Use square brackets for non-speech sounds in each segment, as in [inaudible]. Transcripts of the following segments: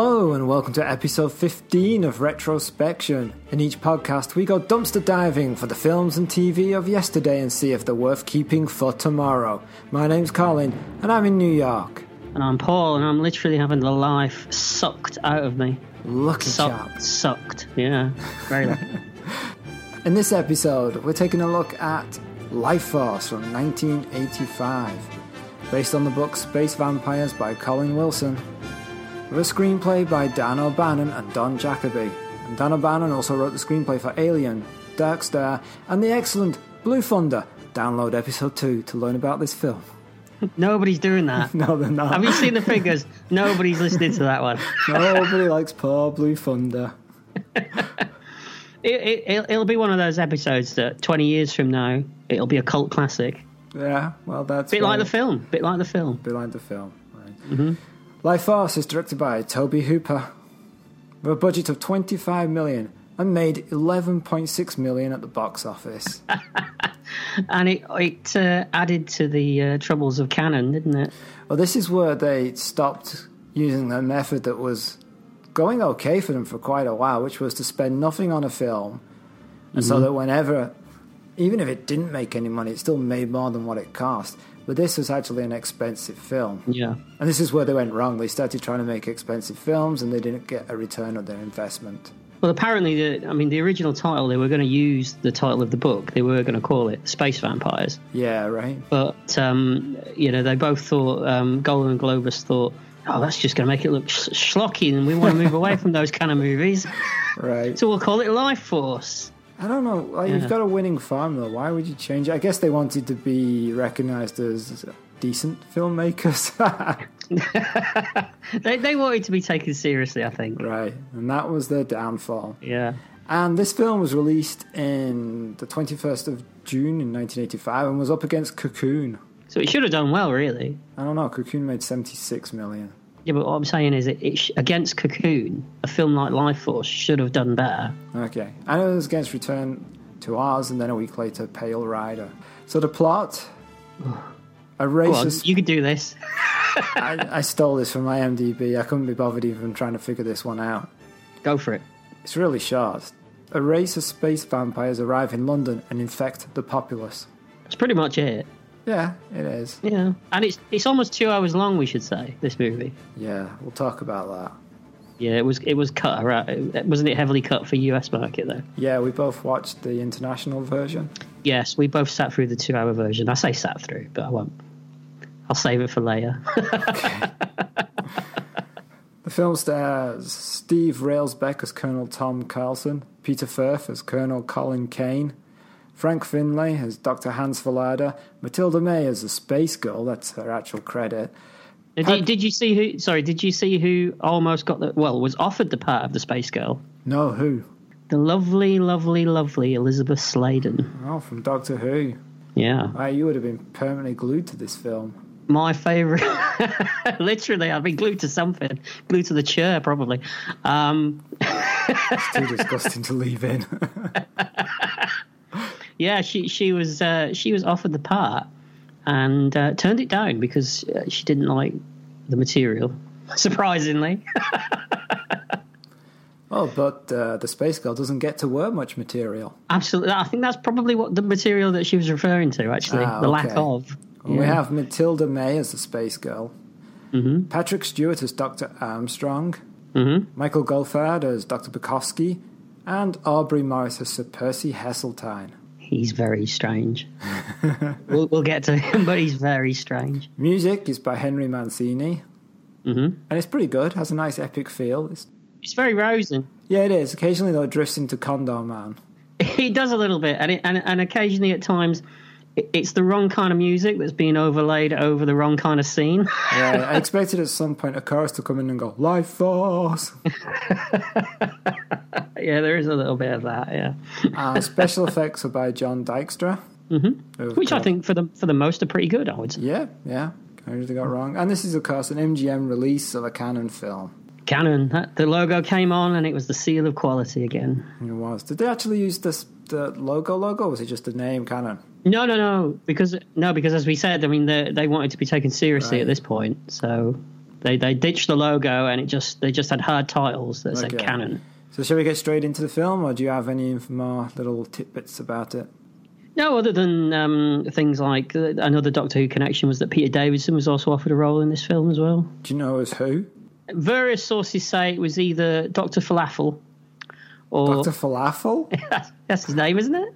welcome to episode 15 of Retrospection. In each podcast, we go dumpster diving for the films and TV of yesterday and see if they're worth keeping for tomorrow. My name's Colin, and I'm in New York. And I'm Paul, and I'm literally having the life sucked out of me. Lucky chap. Sucked, sucked. Yeah, very lucky. In this episode, we're taking a look at Life Force from 1985, based on the book Space Vampires by Colin Wilson, with a screenplay by Dan O'Bannon and Don Jacoby. And Dan O'Bannon also wrote the screenplay for Alien, Dark Star, and the excellent Blue Thunder. Download episode 2 to learn about this film. [laughs] Nobody's doing that. No, they're not. Have [laughs] you seen the figures? Nobody's listening to that one. Nobody likes poor Blue Thunder. It, it, it'll, it'll be one of those episodes that 20 years from now, it'll be a cult classic. Yeah, well, that's. Bit like right. the film. Bit like the film. Bit like the film. Right. Life Force is directed by Toby Hooper, with a budget of 25 million and made 11.6 million at the box office. And it, it uh, added to the uh, troubles of canon, didn't it? well, this is where they stopped using the method that was going okay for them for quite a while, which was to spend nothing on a film, and so that whenever, even if it didn't make any money, it still made more than what it cost. But this was actually an expensive film. Yeah. And this is where they went wrong. They started trying to make expensive films and they didn't get a return on their investment. Well, apparently, the, I mean, the original title, they were going to use the title of the book. They were going to call it Space Vampires. Yeah, right? But, um, you know, they both thought, um, Golden and Globus thought, oh, that's just going to make it look sh- schlocky and we want to move away from those kind of movies. [laughs] Right. So we'll call it Life Force. I don't know. Like, You've Yeah. got a winning formula. Why would you change it? I guess they wanted to be recognized as decent filmmakers. [laughs] They, they wanted to be taken seriously, I think. right. And that was their downfall. Yeah. And this film was released in the 21st of June in 1985 and was up against Cocoon. So it should have done well, really. I don't know. Cocoon made 76 million. Yeah, but what I'm saying is, it, it sh- against Cocoon, a film like Life Force should have done better. Okay. And it was against Return to Ours, and then a week later, Pale Rider. So the plot. A Go on, racist. you could do this. I, I stole this from IMDb. I couldn't be bothered even trying to figure this one out. [laughs] Go for it. It's really short. A race of space vampires arrive in London and infect the populace. That's pretty much it. Yeah, it is. Yeah, and it's it's almost two hours long. We should say this movie. Yeah, we'll talk about that. Yeah, it was it was cut right. It- Wasn't it heavily cut for US market though? Yeah, we both watched the international version. Yes, we both sat through the two hour version. I say sat through, but I won't. I'll save it for later. The film stars Steve Railsbeck as Colonel Tom Carlson, Peter Firth as Colonel Colin Kane, Frank Finlay as Dr. Hans Verlader, Matilda May as the Space Girl, that's her actual credit, did, you, did you see who? Sorry, did you see who almost got the? Well, was offered the part of the Space Girl. No Who, The lovely, lovely, lovely Elizabeth Sladen. oh, from Doctor Who. Yeah, Why, you would have been permanently glued to this film. my favorite. [laughs] Literally, I've been glued to something, glued to the chair probably. Um, It's too disgusting to leave in. [laughs] Yeah, she she was uh, she was offered the part and uh, turned it down because uh, she didn't like the material. [laughs] Surprisingly, oh, but uh, the Space Girl doesn't get to wear much material. absolutely. I think that's probably what the material that she was referring to. Actually, Ah, the lack okay. of. We Yeah. Mm-hmm. have Matilda May as the Space Girl, Patrick Stewart as Dr. Armstrong, Michael Golfard as Dr. Bukowski, and Aubrey Morris as Sir Percy Heseltine. He's very strange. [laughs] we'll, we'll get to him, but he's very strange. Music is by Henry Mancini, mm-hmm. and it's pretty good. Has a nice epic feel. It's, It's very rousing. yeah, it is. Occasionally, though, it drifts into Condor Man. He does a little bit, and it, and and occasionally at times. it- It's the wrong kind of music that's being overlaid over the wrong kind of scene. [laughs] Yeah, I expected at some point a chorus to come in and go "Life [laughs] Force." yeah, there is a little bit of that. Yeah. Uh, special effects are by John Dykstra, mm-hmm. which I think for the for the most are pretty good. I would say. Yeah, yeah. I really got wrong. And this is, of course, an MGM release of a Canon film. Canon. That, the logo came on, and it was the seal of quality again. It was. Did they actually use this the logo logo? Or was it just the name Canon? No, no, no, because no, because as we said, I mean they they wanted to be taken seriously at this point, so They they ditched the logo and it just they just had hard titles that said Okay. Canon. So, shall we get straight into the film, or do you have any more little tidbits about it? No, other than um, things like uh, another Doctor Who connection was that Peter Davidson was also offered a role in this film as well. Do you know as who? Various sources say it was either Doctor Falafel or Doctor Falafel? that's, [laughs] that's his name, isn't it?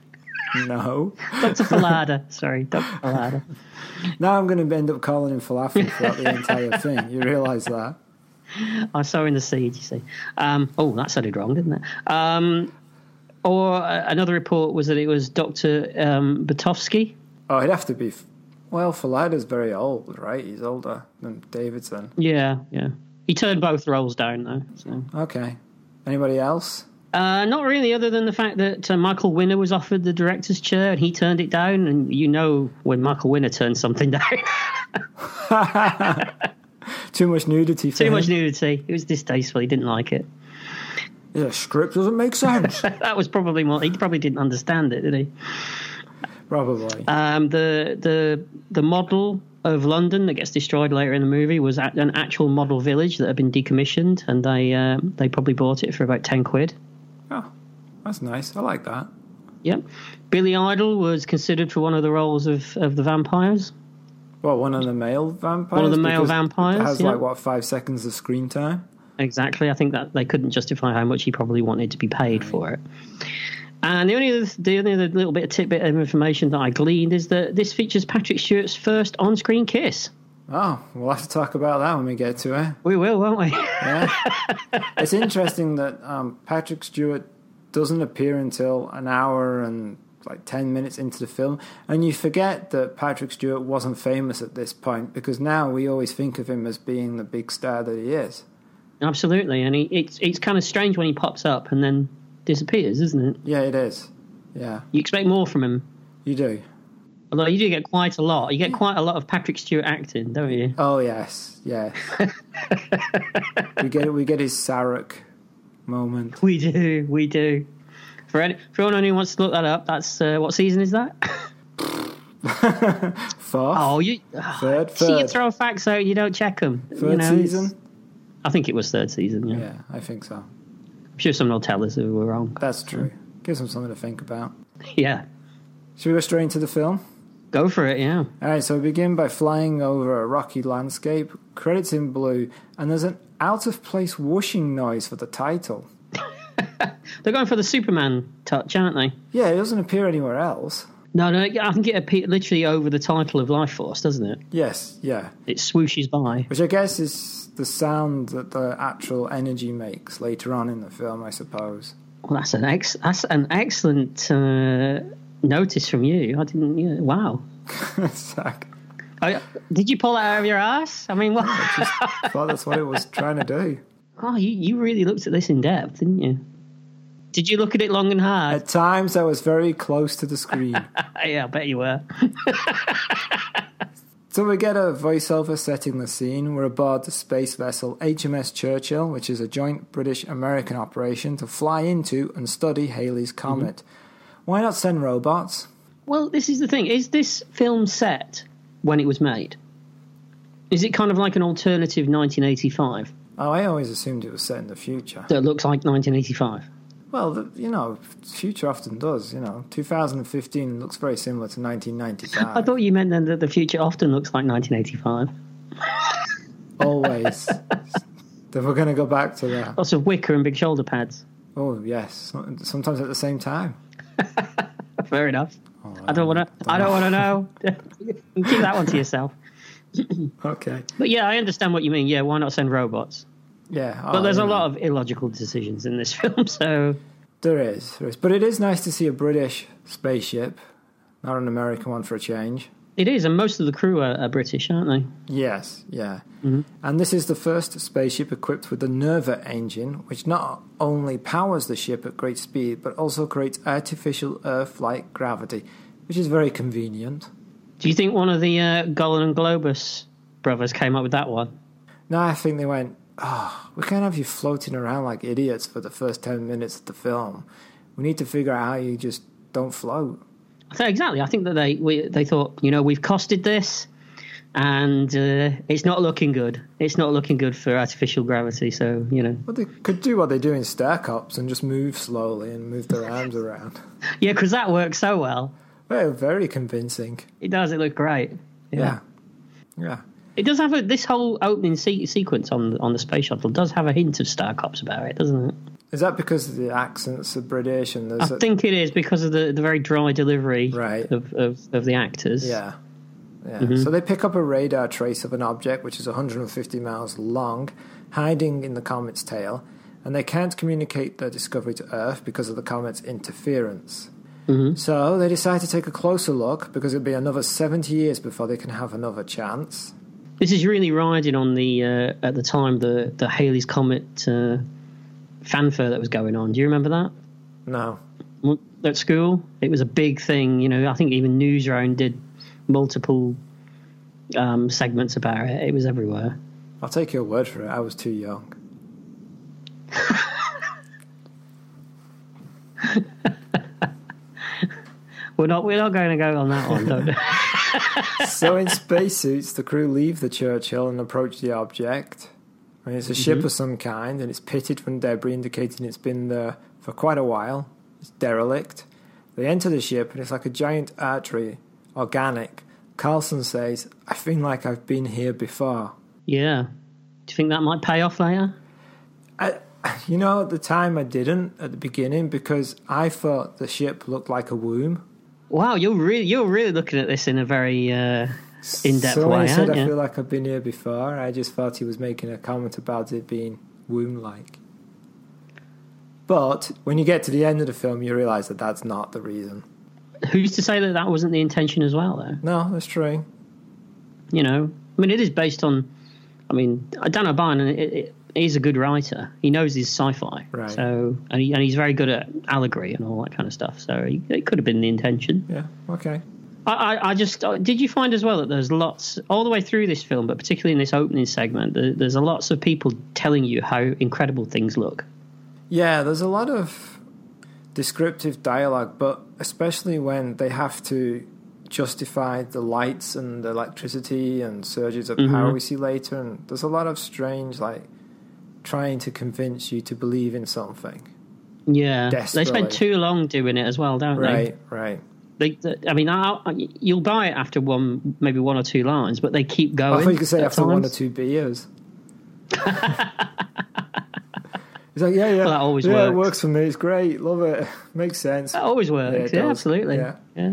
no. Doctor Falada. Sorry, Doctor Falada. Now I'm going to end up calling him Falafel throughout the [laughs] entire thing. You realise that? I saw in the seed, you see. Um, oh, that sounded wrong, didn't it? Um, or uh, another report was that it was Dr. Um, Botofsky. Oh, it'd have to be. F- Well, Falada's very old, right? He's older than Davidson. Yeah, yeah. He turned both roles down, though. So. Okay. Anybody else? Uh, not really, other than the fact that uh, Michael Winner was offered the director's chair and he turned it down. And you know when Michael Winner turns something [laughs] down. Too much nudity. For Too him. much nudity. It was distasteful. He didn't like it. Yeah, script doesn't make sense. That was probably more. He probably didn't understand it, did he? Probably. Um, the the the model of London that gets destroyed later in the movie was at an actual model village that had been decommissioned, and they um they probably bought it for about ten quid. oh, that's nice. I like that. Yep. Billy Idol was considered for one of the roles of, of the vampires. What, one of the male vampires? One of the male Because vampires, It has, yeah. like, what, five seconds of screen time? Exactly. I think that they couldn't justify how much he probably wanted to be paid for it. And the only other, the only other little bit of tidbit of information that I gleaned is that this features Patrick Stewart's first on screen kiss. Oh, we'll have to talk about that when we get to it. We will, won't we? [laughs] Yeah. it's interesting [laughs] that um, Patrick Stewart doesn't appear until an hour and like 10 minutes into the film. And you forget that Patrick Stewart wasn't famous at this point because now we always think of him as being the big star that he is. Absolutely, and he, it's it's kind of strange when he pops up and then disappears, isn't it? Yeah, it is. Yeah, You expect more from him, you do. although you do get quite a lot. You get quite a lot of Patrick Stewart acting, don't you? [laughs] Oh, yes, yes. we, get, we get his Sarek moment. We do, we do. For, any, for anyone who wants to look that up, that's uh, what season is that? [laughs] Fourth, Oh, you [sighs] third, see, you third. throw facts out, you don't check them. Third you know, it's- season? I think it was third season. Yeah, Yeah, I think so. I'm sure someone will tell us if we're wrong. [laughs] That's true. Gives him something to think about. Yeah, Should we go straight into the film? go for it. Yeah, All right, so we begin by flying over a rocky landscape, credits in blue, and there's an out of place whooshing noise for the title. they're going for the Superman touch, aren't they? Yeah, it doesn't appear anywhere else. No, no, I think it appears literally over the title of Life Force, doesn't it? Yes, yeah. It swooshes by. Which I guess is the sound that the actual energy makes later on in the film, I suppose. [laughs] Well, that's an ex- that's an excellent uh, notice from you. I didn't. Yeah, wow. Zach I, did you pull that out of your ass? I mean, what? [laughs] thought that's what it was trying to do. Oh, you, you really looked at this in depth, didn't you? Did you look at it long and hard? At times, I was very close to the screen. yeah, I bet you were. So we get a voiceover setting the scene. We're aboard the space vessel HMS Churchill, which is a joint British American operation to fly into and study Halley's Comet. Why not send robots? Well, this is the thing. Is this film set when it was made? Is it kind of like an alternative 1985 Oh, I always assumed it was set in the future. that looks like 1985? Well, the, you know, future often does. You know, 2015 looks very similar to I 1995. thought you meant then that the future often looks like 1985. [laughs] always. then we're going to go back to that. Lots of wicker and big shoulder pads. [laughs] Oh, yes. Sometimes at the same time. Oh, Fair enough. I don't want to. I don't want [laughs] to know. Keep that one to yourself. Okay. But yeah, I understand what you mean. Yeah, why not send robots? Oh, Yeah. But there's a lot of illogical decisions in this [laughs] film. So There is, there is. But it is nice to see a British spaceship, not an American one for a change. it is, and most of the crew are, are British, aren't they? Yes, yeah. Mm-hmm. And this is the first spaceship equipped with the Nerva engine, which not only powers the ship at great speed, but also creates artificial Earth like gravity, which is very convenient. Do you think one of the uh, Golan and Globus brothers came up with that one? Now I think they went, oh, we can't have you floating around like idiots for the first 10 minutes of the film. We need to figure out how you just don't float. So exactly, I think that they we, they thought, you know, we've costed this. and uh, it's not looking good. It's not looking good for artificial gravity. So you know, Well, they could do what they do in Stair Cops and just move slowly and move their arms around. yeah, because that works so well. Very, very convincing. It does. It looked great. Yeah. Yeah. It does have a, this whole opening se- sequence on on the space shuttle does have a hint of Star Cops about it, doesn't it? Is that because the accents are British and there's I a, think it is because of the, the very dry delivery Right. of, of, of the actors. Yeah. Yeah. Mm-hmm. So they pick up a radar trace of an object which is 150 miles long, hiding in the comet's tail, and they can't communicate their discovery to Earth because of the comet's interference. Mm-hmm. So they decide to take a closer look because it'll be another 70 years before they can have another chance. This is really riding on the uh, at the time the the Halley's Comet uh, fanfare that was going on. Do you remember that? No. w- at school. It was a big thing, you know. I think even Newsround did multiple um, segments about it. It was everywhere. I'll take your word for it. I was too young. We're not we're not going to go on that [laughs] one. Don't so in spacesuits, the crew leave the Churchill and approach the object. I mean, it's a ship of some kind, and it's pitted from debris, indicating it's been there for quite a while. It's derelict. They enter the ship, and it's like a giant artery, organic. Carlson says, "I feel like I've been here before." yeah. Do you think that might pay off later? I, you know, at the time I didn't at the beginning because I thought the ship looked like a womb. Wow, you're really you're really looking at this in a very uh, in depth so when way, he said, aren't "I you? feel like I've been here before," I just thought he was making a comment about it being womb-like. But when you get to the end of the film, you realise that that's not the reason. Who's to say that that wasn't the intention as well, though? No, that's true. you know i mean it is based on i mean dan o'brien it, it, he's a good writer he knows his sci-fi Right. so and, he, and he's very good at allegory and all that kind of stuff so he, it could have been the intention Yeah. Okay. I, I, I just uh, did you find as well that there's lots all the way through this film but particularly in this opening segment there, there's a lots of people telling you how incredible things look Yeah, there's a lot of descriptive dialogue, but especially when they have to justify the lights and the electricity and surges of Mm-hmm. power we see later, and there's a lot of strange like trying to convince you to believe in something. yeah they Desperately. spend too long doing it as well don't they Right. Right. they, they i mean I, I- you'll buy it after one maybe one or two lines but they keep going I thought you could say at after one or times. two [laughs] beers. He's like, yeah, yeah, Well, that always yeah, it works. Oh. works for me. It's great, love it, [laughs] makes sense. That always Yeah, it works. Yeah, does. absolutely. Yeah. Yeah.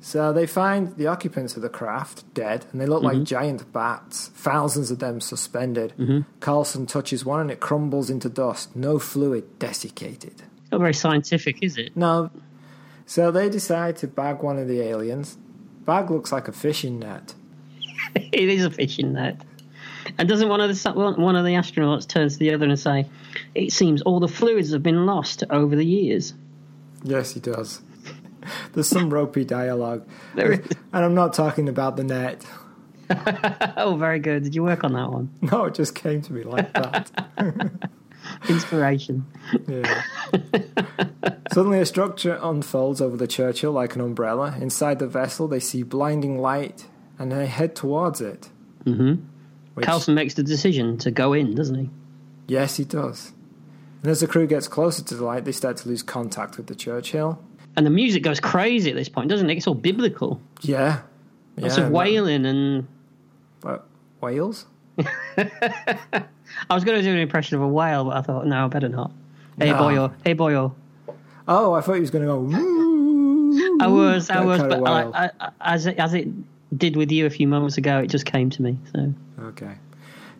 So they find the occupants of the craft dead, and they look Mm-hmm. like giant bats, thousands of them suspended. Carlson touches one, and it crumbles into dust. No fluid, desiccated. Not very scientific, is it? No. So they decide to bag one of the aliens. Bag looks like a fishing net. It is a fishing net. And doesn't one of the sa- one of the astronauts turn to the other and say, "It seems all the fluids have been lost over the years." Yes, he does. There's some ropey dialogue. There is. and I'm not talking about the net. [laughs] Oh, very good. Did you work on that one? No, it just came to me like that. Inspiration. Yeah. Suddenly, a structure unfolds over the Churchill like an umbrella. Inside the vessel, they see blinding light and they head towards it. Mm-hmm. Which, Carlson makes the decision to go in, doesn't he? Yes, he does. And as the crew gets closer to the light, they start to lose contact with the Churchill. And the music goes crazy at this point, doesn't it? It's all biblical. Yeah. Lots yeah, of wailing, and But, whales? I was going to do an impression of a whale, but I thought, no, I better not. Hey No. boyo, hey oh. boyo. Oh, I thought he was going to go. "Woo." I was, I That was, kind of but I, whale. I, I, as it, as it did with you a few moments ago, it just came to me. So Okay.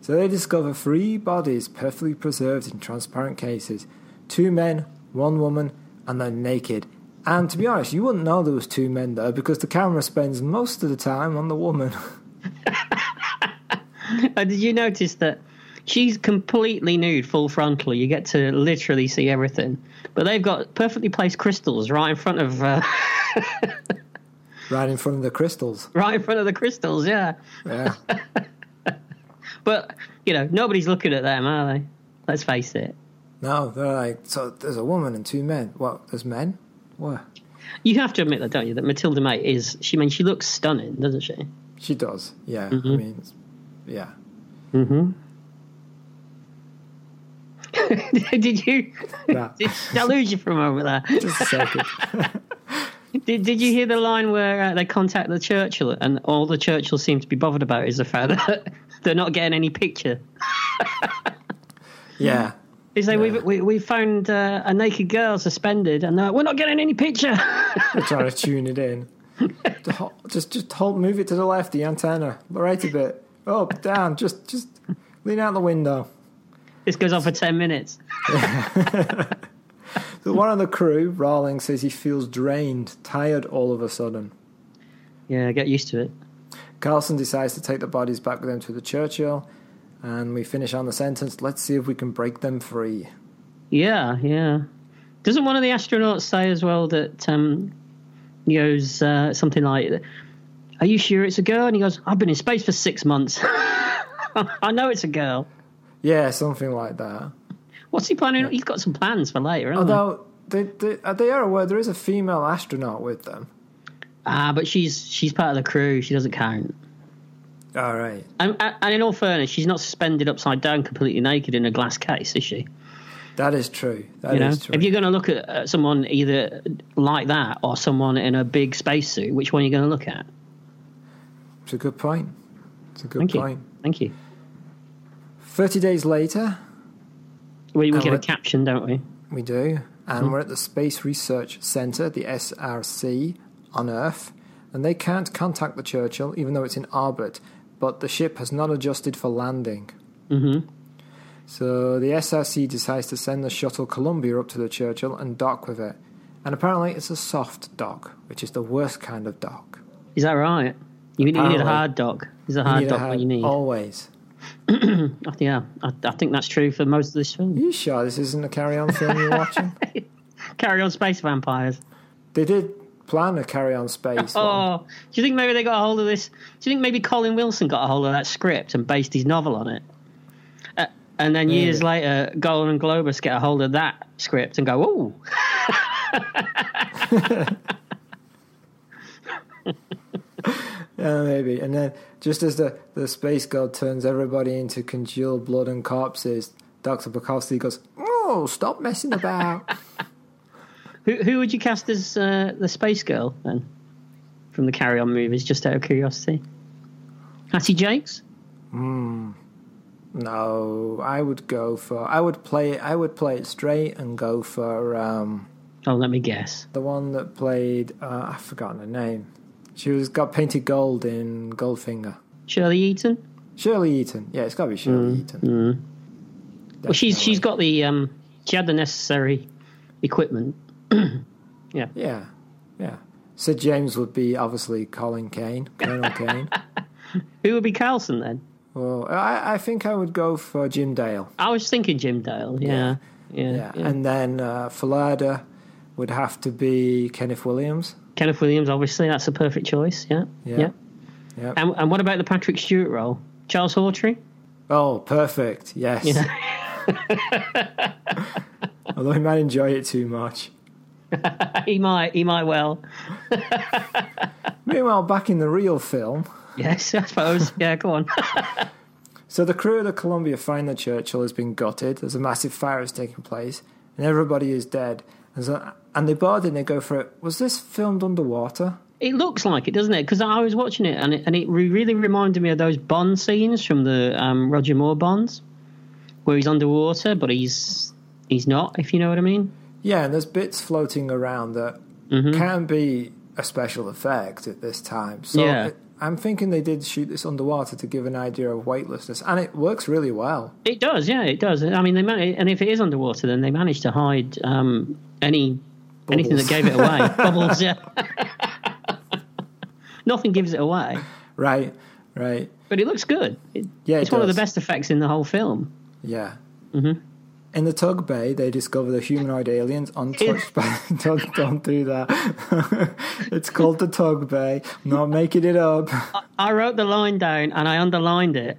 So they discover three bodies perfectly preserved in transparent cases two men, one woman, and they're naked. And to be honest, you wouldn't know there was two men there because the camera spends most of the time on the woman. [laughs] Uh, did you notice that she's completely nude, full frontal? You get to literally see everything. But they've got perfectly placed crystals right in front of uh, [laughs] right in front of the crystals. right in front of the crystals. Yeah, Yeah. but you know nobody's looking at them, are they? Let's face it. No, they're like, so there's a woman and two men. What? There's men? What? You have to admit that, don't you? That Matilda May is. She [laughs] I mean she looks stunning, doesn't she? She does. Yeah. I mean, it's- yeah. did you? [laughs] That, Did I lose you for a moment there? just a second. Did, did you hear the line where uh, they contact the Churchill and all the Churchill seem to be bothered about is the fact that [laughs] they're not getting any picture? Yeah. Is they Yeah. we've, we we found uh, a naked girl suspended and they're like, we're not getting any picture. [laughs] We're trying to tune it in. To ho- Just, just hold, move it to the left, the antenna, right a bit, up, down. Just, just lean out the window. this goes on for ten minutes. The one on the crew, Rawling, says he feels drained, tired all of a sudden. Yeah, get used to it. Carlson decides to take the bodies back with him to the Churchill, and we finish on the sentence. Let's see if we can break them free. Yeah, yeah. Doesn't one of the astronauts say as well that um, he goes uh, something like, "Are you sure it's a girl?" And he goes, "I've been in space for six months. [laughs] I know it's a girl." Yeah, something like Hmm. that. What's he planning? He's got some plans for later, hasn't he? Although they, they, uh, they are aware there is a female astronaut with them. Ah, but she's she's part of the crew. She doesn't count. All right. And, and in all fairness, she's not suspended upside down, completely naked in a glass case, is she? That is true. That You is know, true. if you're going to look at uh, someone either like that or someone in a big spacesuit, which one are you going to look at? It's a good point. It's a good Thank point. you. Thank you. 30 days later, We, we And get a what- caption, don't we? we do, and Hmm. we're at the Space Research Centre, the SRC, on Earth, and they can't contact the Churchill even though it's in orbit, but the ship has not adjusted for landing. Mhm. So the SRC decides to send the shuttle Columbia up to the Churchill and dock with it. And apparently it's a soft dock, which is the worst kind of dock. Is that right? You, need- you need a Apparently. hard dock. Is a You hard need a dock hard- Oh. what you need? Always. I- yeah, I, I think that's true for most of this film. Are you sure this isn't a carry on film you're [laughs] watching? Carry on, space vampires. They did plan a carry on space. one. Oh, do you think maybe they got a hold of this? Do you think maybe Colin Wilson got a hold of that script and based his novel on it? Uh, and then years later, Golan and Globus get a hold of that script and go, "Oh, Yeah, Oh, maybe. And then just as the, the space god turns everybody into congealed blood and corpses, Dr. Bukowski goes, Oh, stop messing about. who who would you cast as uh, the space girl then from the Carry On movies?" Just out of curiosity, Hattie Jakes. no, I would go for I would play I would play it straight and go for um, Oh, let me guess. the one that played uh, I've forgotten her name. She was got painted gold in Goldfinger. Shirley Eaton. Shirley Eaton. Yeah, it's got to be Shirley Eaton. Mm, Well, she's Definitely. she's got the um, she had the necessary equipment. Yeah, yeah. Sir James would be obviously Colin Kane, [laughs] Colonel Kane. Who would be Carlson then? Well, I, I think I would go for Jim Dale. I was thinking Jim Dale. Yeah, yeah. Yeah, yeah. and then uh, Falada would have to be Kenneth Williams. Kenneth Williams, obviously, that's a perfect choice. Yeah, Yeah. Yeah. And, and what about the Patrick Stewart role? Charles Hawtrey. [laughs] Oh, perfect. Yes. [laughs] Although he might enjoy it too much. He might. He might well. Meanwhile, back in the real film, Yes, I [laughs] suppose. yeah, go on. so the crew of the Columbia find the Churchill has been gutted. There's a massive fire that's taking place, and everybody is dead. And, so, and they board and they go for it. Was this filmed underwater? It looks like it, doesn't it? Because I was watching it, and it, and it re- really reminded me of those Bond scenes from the um, Roger Moore Bonds, where he's underwater, but he's he's not. If you know what I mean. Yeah, and there's bits floating around that Mm-hmm. can be a special effect at this time. So Yeah. it- I'm thinking they did shoot this underwater to give an idea of weightlessness, and it works really well. It does, yeah, it does. I mean, they man- and if it is underwater, then they managed to hide um, any anything that Bubbles. gave it away. Bubbles, [laughs] yeah. Nothing gives it away, Right, right. but it looks good. It, Yeah, it it's one of the does. best effects in the whole film. Yeah. Mm-hmm. In the tug bay, they discover the humanoid aliens untouched by. [laughs] don't, don't do that. [laughs] it's called the tug bay. I'm not making it up. I wrote the line down and I [laughs] underlined it.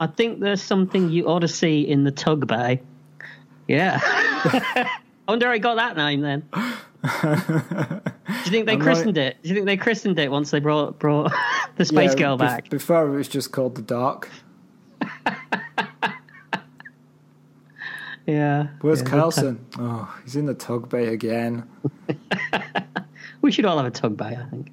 I think there's something you ought to see in the tug bay. [laughs] Yeah. I wonder how he got that name then. you think they I'm christened it? Do you think they christened it once they brought brought [laughs] the Space Yeah, Girl bef- back? Before it was just called The Dark. yeah. Where's yeah. Carlson? Oh, he's in the tug bay again. We should all have a tug bay, I think.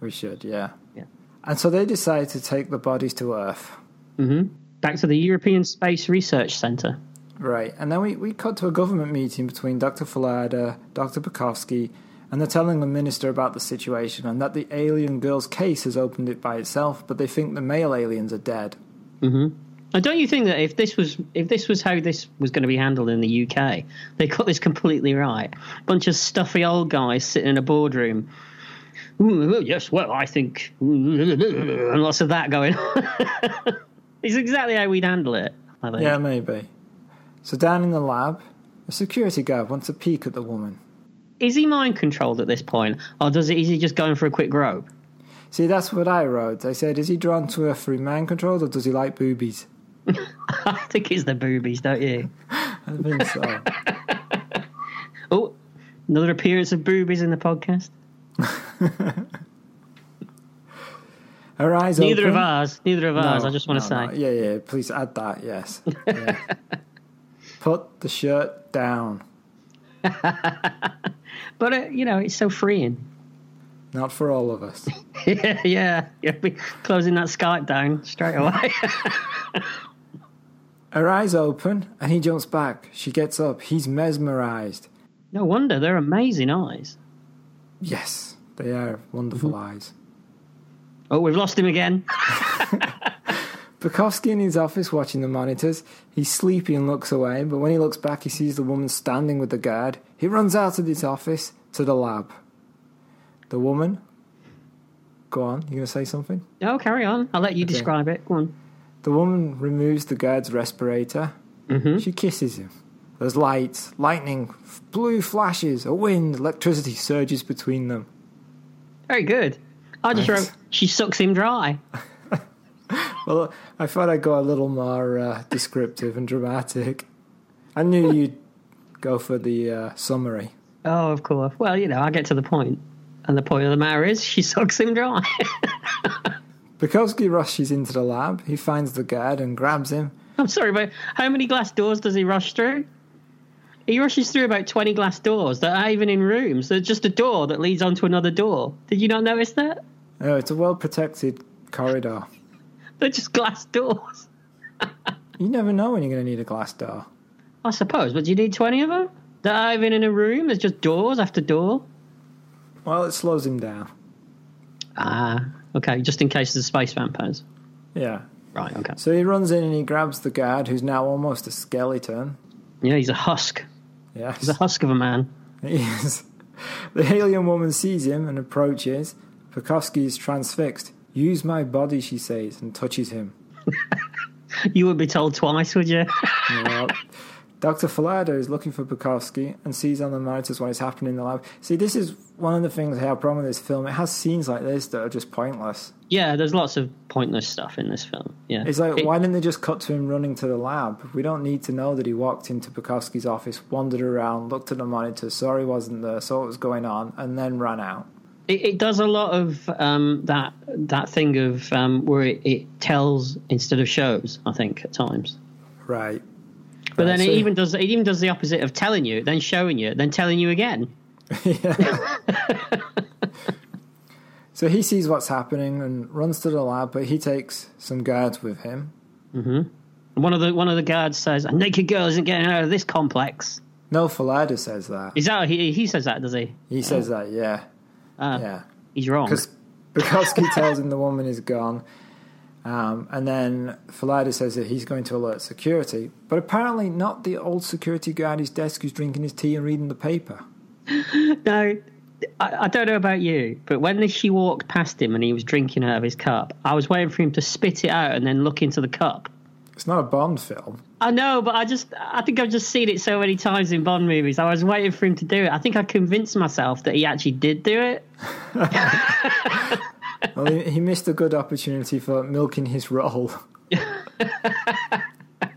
We should, yeah. Yeah. And so they decide to take the bodies to Earth. Back to the European Space Research Centre. Right, and then we, we cut to a government meeting between Dr. Falada, Dr. Bukowski, and they're telling the minister about the situation and that the alien girl's case has opened it by itself, but they think the male aliens are dead. And don't you think that if this was if this was how this was going to be handled in the UK, they got this completely right? Bunch of stuffy old guys sitting in a boardroom. "Ooh, well, yes, well, I think, and lots of that going on. [laughs] it's exactly how we'd handle it. I think. Yeah, maybe. So down in the lab, a security guard wants a peek at the woman. Is he mind controlled at this point, or does it? Is he just going for a quick grope? See, that's what I wrote. I said, is he drawn to her through man control or does he like boobies? [laughs] I think it's the boobies, don't you? I think so. Oh, another appearance of boobies in the podcast. Her eyes Neither open. of ours. Neither of ours. No, I just want to Oh, no, say. no. Yeah, yeah, please add that, [laughs] yes. Yeah. Put the shirt down. But uh, you know, it's so freeing. Not for all of us. Yeah, [laughs] yeah, yeah. we closing that Skype down straight away. [laughs] Her eyes open and he jumps back. She gets up. He's mesmerized. no wonder they're amazing eyes. Yes, they are wonderful Mm-hmm. eyes. Oh, we've lost him again. Bukowski in his office watching the monitors. He's sleepy and looks away, but when he looks back, he sees the woman standing with the guard. He runs out of his office to the lab. The woman. Go on, you gonna say something? No, carry on. I'll let you describe it. Go on. The woman removes the guard's respirator. Mm-hmm. She kisses him. There's lights, lightning, f- blue flashes, a wind, electricity surges between them. Very good. I just Thanks. wrote. She sucks him dry. Well, I thought I'd go a little more uh, descriptive and dramatic. I knew you'd go for the uh, summary. Oh, of course. Well, you know, I get to the point, and the point of the matter is, she [laughs] sucks him dry. Bukowski rushes into the lab. He finds the guard and grabs him. I'm sorry, but how many glass doors does he rush through? He rushes through about 20 glass doors that aren't even in rooms. There's just a door that leads onto another door. Did you not notice that? Oh, it's a well protected corridor. They're just glass [laughs] doors. You never know when you're going to need a glass door. I suppose, but do you need 20 of them? That are even in a room? There's just doors after door? Well, it slows him down. Ah, okay, just in case there's space vampires. Yeah. Right, okay. So he runs in and he grabs the guard, who's now almost a skeleton. Yeah, he's a husk. Yes. He's a husk of a man. [laughs] He is. The alien woman sees him and approaches. Bukowski is transfixed. Use my body, she says, and touches him. You would be told twice, would you? [laughs] Well, Dr. Falada is looking for Bukowski and sees on the monitors what is happening in the lab. See, this is one of the things I have a problem with this film. It has scenes like this that are just pointless. yeah, there's lots of pointless stuff in this film. Yeah. It's like, It- why didn't they just cut to him running to the lab? We don't need to know that he walked into Bukowski's office, wandered around, looked at the monitors, saw he wasn't there, saw what was going on, and then ran out. it, it does a lot of um, that that thing of um, where it, it tells instead of shows. I think at times, Right. but then Right, it so- even does it even does the opposite of telling you, then showing you, then telling you again. So he sees what's happening and runs to the lab, but he takes some guards with him. One of the one of the guards says, "A naked girl isn't getting out of this complex." No, Falada says that. Is that he? He says that, does he? He says that, yeah. Ah. yeah. He's wrong. Because [laughs] Bukowski tells him the woman is gone. Um, and then Falada says that he's going to alert security, but apparently not the old security guy at his desk who's drinking his tea and reading the paper. [laughs] No, I, I don't know about you, but when she walked past him and he was drinking out of his cup, I was waiting for him to spit it out and then look into the cup. It's not a Bond film. I know, but I just, I think I've just seen it so many times in Bond movies. I was waiting for him to do it. I think I convinced myself that he actually did do it. Well, he, he missed a good opportunity for milking his role. [laughs] it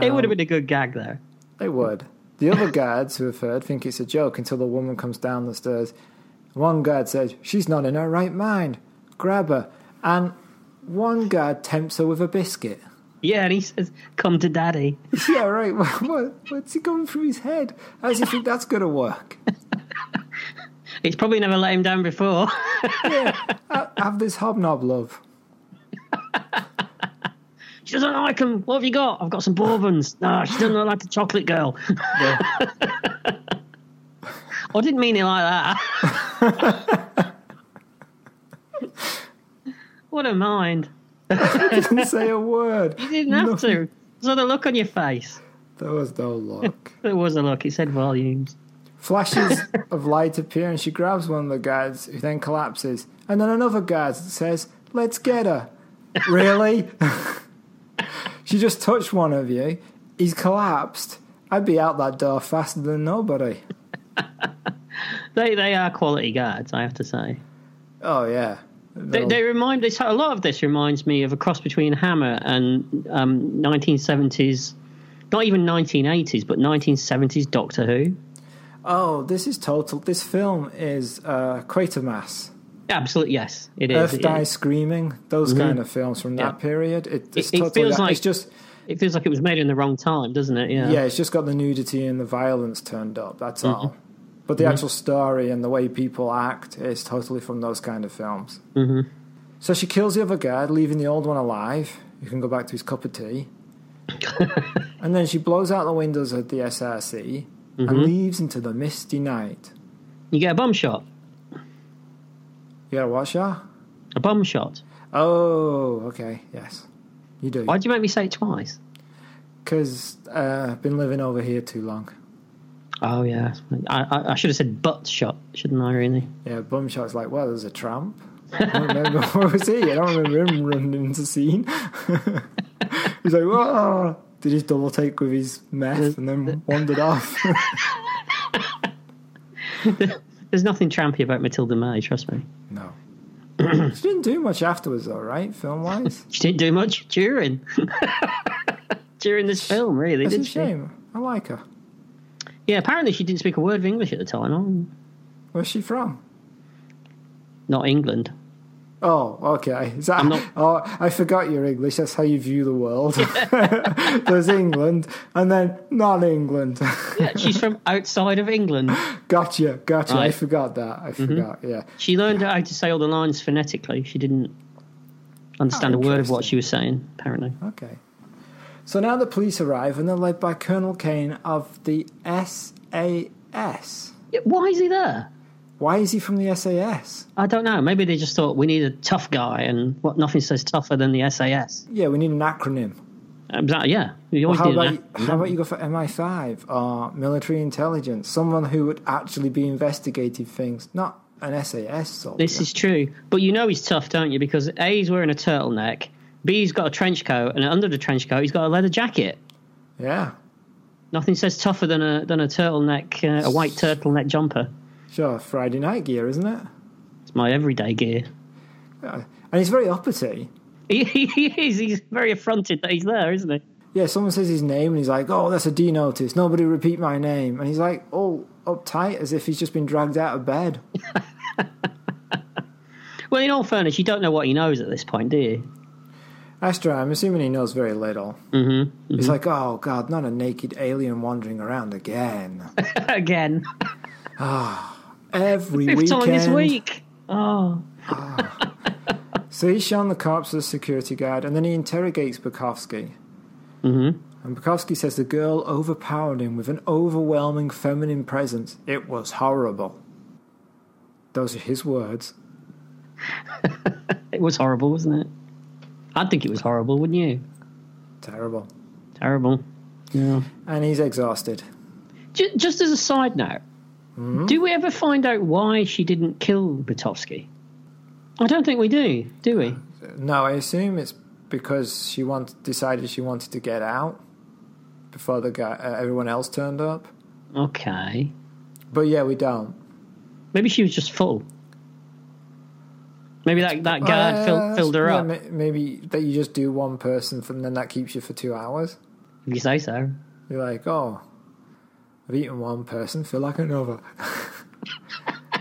would have been a good gag, though. They would. The other guards who have heard think it's a joke until the woman comes down the stairs. One guard says, She's not in her right mind. Grab her. And one guard tempts her with a biscuit. [laughs] Yeah, and he says, "Come to daddy." Yeah, right. [laughs] What, what, what's he going through his head? How does he think that's going to work? He's probably never let him down before. [laughs] Yeah, ha- have this hobnob, love. [laughs] she doesn't like him. What have you got? I've got some bourbons. No, she doesn't look like a chocolate girl. [laughs] Yeah. I didn't mean it like that. [laughs] what a mind! Didn't say a word. You didn't have to. So the look on your face. There was no look. There was a look. It said volumes. Flashes of light appear and she grabs one of the guards, who then collapses. And then another guard says, Let's get her. really? [laughs] she just touched one of you. He's collapsed. I'd be out that door faster than nobody. They they are quality guards. I have to say. Oh, yeah. They, they remind this. A lot of this reminds me of a cross between Hammer and um, 1970s, not even 1980s, but 1970s Doctor Who. Oh, this is total. This film is uh, Quatermass, Absolutely, yes, it is. Earth It, Dies Screaming, those kind of films from that Yeah. period. It, it's it totally feels that. like- it's just it feels like it was made in the wrong time, doesn't it? Yeah. yeah, it's just got the nudity and the violence turned up. That's all. But the actual story and the way people act is totally from those kind of films. Mm-hmm. So she kills the other guard, leaving the old one alive. You can go back to his cup of tea. and then she blows out the windows of the SRC and leaves into the misty night. You get a bomb shot. You gotta watch her? A bomb shot. Oh, okay, yes. You do. Why'd you make me say it twice? Because uh, I've been living over here too long. Oh yeah, I, I, I should have said butt shot, shouldn't I? Really? Yeah, Bumshot's like, well, there's a tramp. I don't remember [laughs] where was he? I don't remember him running into the scene. [laughs] He's like, whoa. Did his double take with his meth and [laughs] then wandered off. [laughs] There's nothing trampy about Matilda May. Trust me. [clears throat] no. she didn't do much afterwards, though, right? Film wise? She didn't do much during [laughs] during this film, really. It's did a she? shame. I like her. Yeah, apparently she didn't speak a word of English at the time. Oh, Where's she from? Not England. Oh, okay. Is that, I'm not- [laughs] Oh, I forgot your English. That's how you view the world. [laughs] There's England and then non England. [laughs] Yeah, she's from outside of England. gotcha, gotcha. I Right. Mm-hmm. forgot that. I forgot, yeah. She learned how to say all the lines phonetically. She didn't understand Oh, a word of what interesting. she was saying, apparently. Okay. So now the police arrive and they're led by Colonel Kane of the SAS. Yeah, Why is he there? Why is he from the SAS? I don't know. Maybe they just thought we need a tough guy, and what nothing says tougher than the SAS. Yeah, we need an acronym. Um, that- yeah, you always How need about, an acronym. how about you go for MI5 or military intelligence? Someone who would actually be investigating things, not an SAS soldier. This is true, but you know he's tough, don't you? Because A, he's wearing a turtleneck. B, he's got a trench coat, and under the trench coat, he's got a leather jacket. yeah, Nothing says tougher than a than a turtleneck, uh, a white turtleneck jumper. sure. Friday night gear, isn't it? It's my everyday gear. [laughs] Yeah. And he's very uppity. He, he is. He's very affronted that he's there, isn't he? Yeah, someone says his name and he's like, oh, that's a D notice. Nobody repeat my name. And he's like, all uptight as if he's just been dragged out of bed. Well, in all fairness, you don't know what he knows at this point, do you? [laughs] That's true. I'm assuming he knows very little. Mm-hmm. He's like, oh god, not a naked alien wandering around [laughs] again. Again, [laughs] Every fifth weekend. time this week. Oh, So he's shown the corpse of the security guard, and then he interrogates Bukowski. Mm-hmm. And Bukowski says the girl overpowered him with an overwhelming feminine presence. It was horrible. Those are his words. it was horrible, wasn't it? I'd think it was horrible, wouldn't you? Terrible. Terrible. Yeah. And he's exhausted. Just, just as a side note, Hmm? do we ever find out why she didn't kill Butowski? I don't think we do, do we? No, I assume it's because she want- decided she wanted to get out before the guy, uh, everyone else turned up. Okay. But yeah, we don't. Maybe she was just full. Maybe that, that guard Uh, filled, filled her yeah, up, ma- Maybe that you just do one person, and then that keeps you for two hours. if you say so. You're like, oh, I've eaten one person, feel like another. [laughs]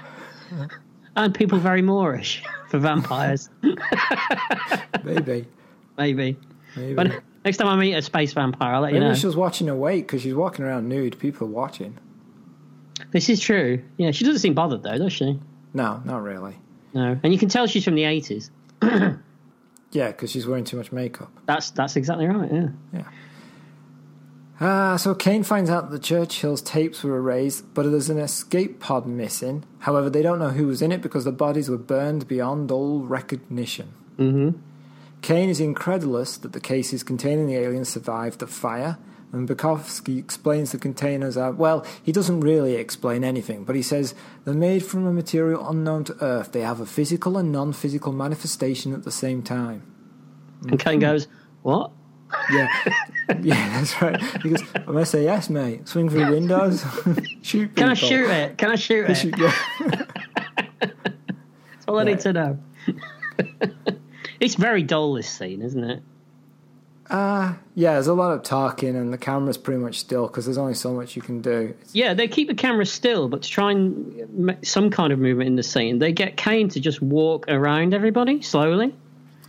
Aren't people very Moorish [laughs] for vampires? [laughs] maybe, Maybe. maybe. But next time I meet a space vampire, I'll let you maybe know. she was watching awake because she's walking around nude. People are watching. This is true. Yeah, she doesn't seem bothered though, does she? No, not really. No, and you can tell she's from the eighties. Yeah, because she's wearing too much makeup. That's that's exactly right. Yeah. Ah, so Kane finds out that the Churchill's tapes were erased, but there's an escape pod missing. However, they don't know who was in it because the bodies were burned beyond all recognition. Mm-hmm. Kane is incredulous that the cases containing the aliens survived the fire, and Bukowski explains the containers are. Well, he doesn't really explain anything, but he says they're made from a material unknown to Earth. They have a physical and non physical manifestation at the same time. And Kane Hmm. goes, "What? Yeah, yeah, that's right. He goes, I must say yes, mate. Swing through windows, [laughs] shoot people. Can I shoot it? Can I shoot it? Shoot- yeah. That's all I Yeah. need to know." it's very dull this scene, isn't it? yeah, there's a lot of talking, and the camera's pretty much still because there's only so much you can do. It's- Yeah, they keep the camera still, but to try and make some kind of movement in the scene, they get Kane to just walk around everybody slowly.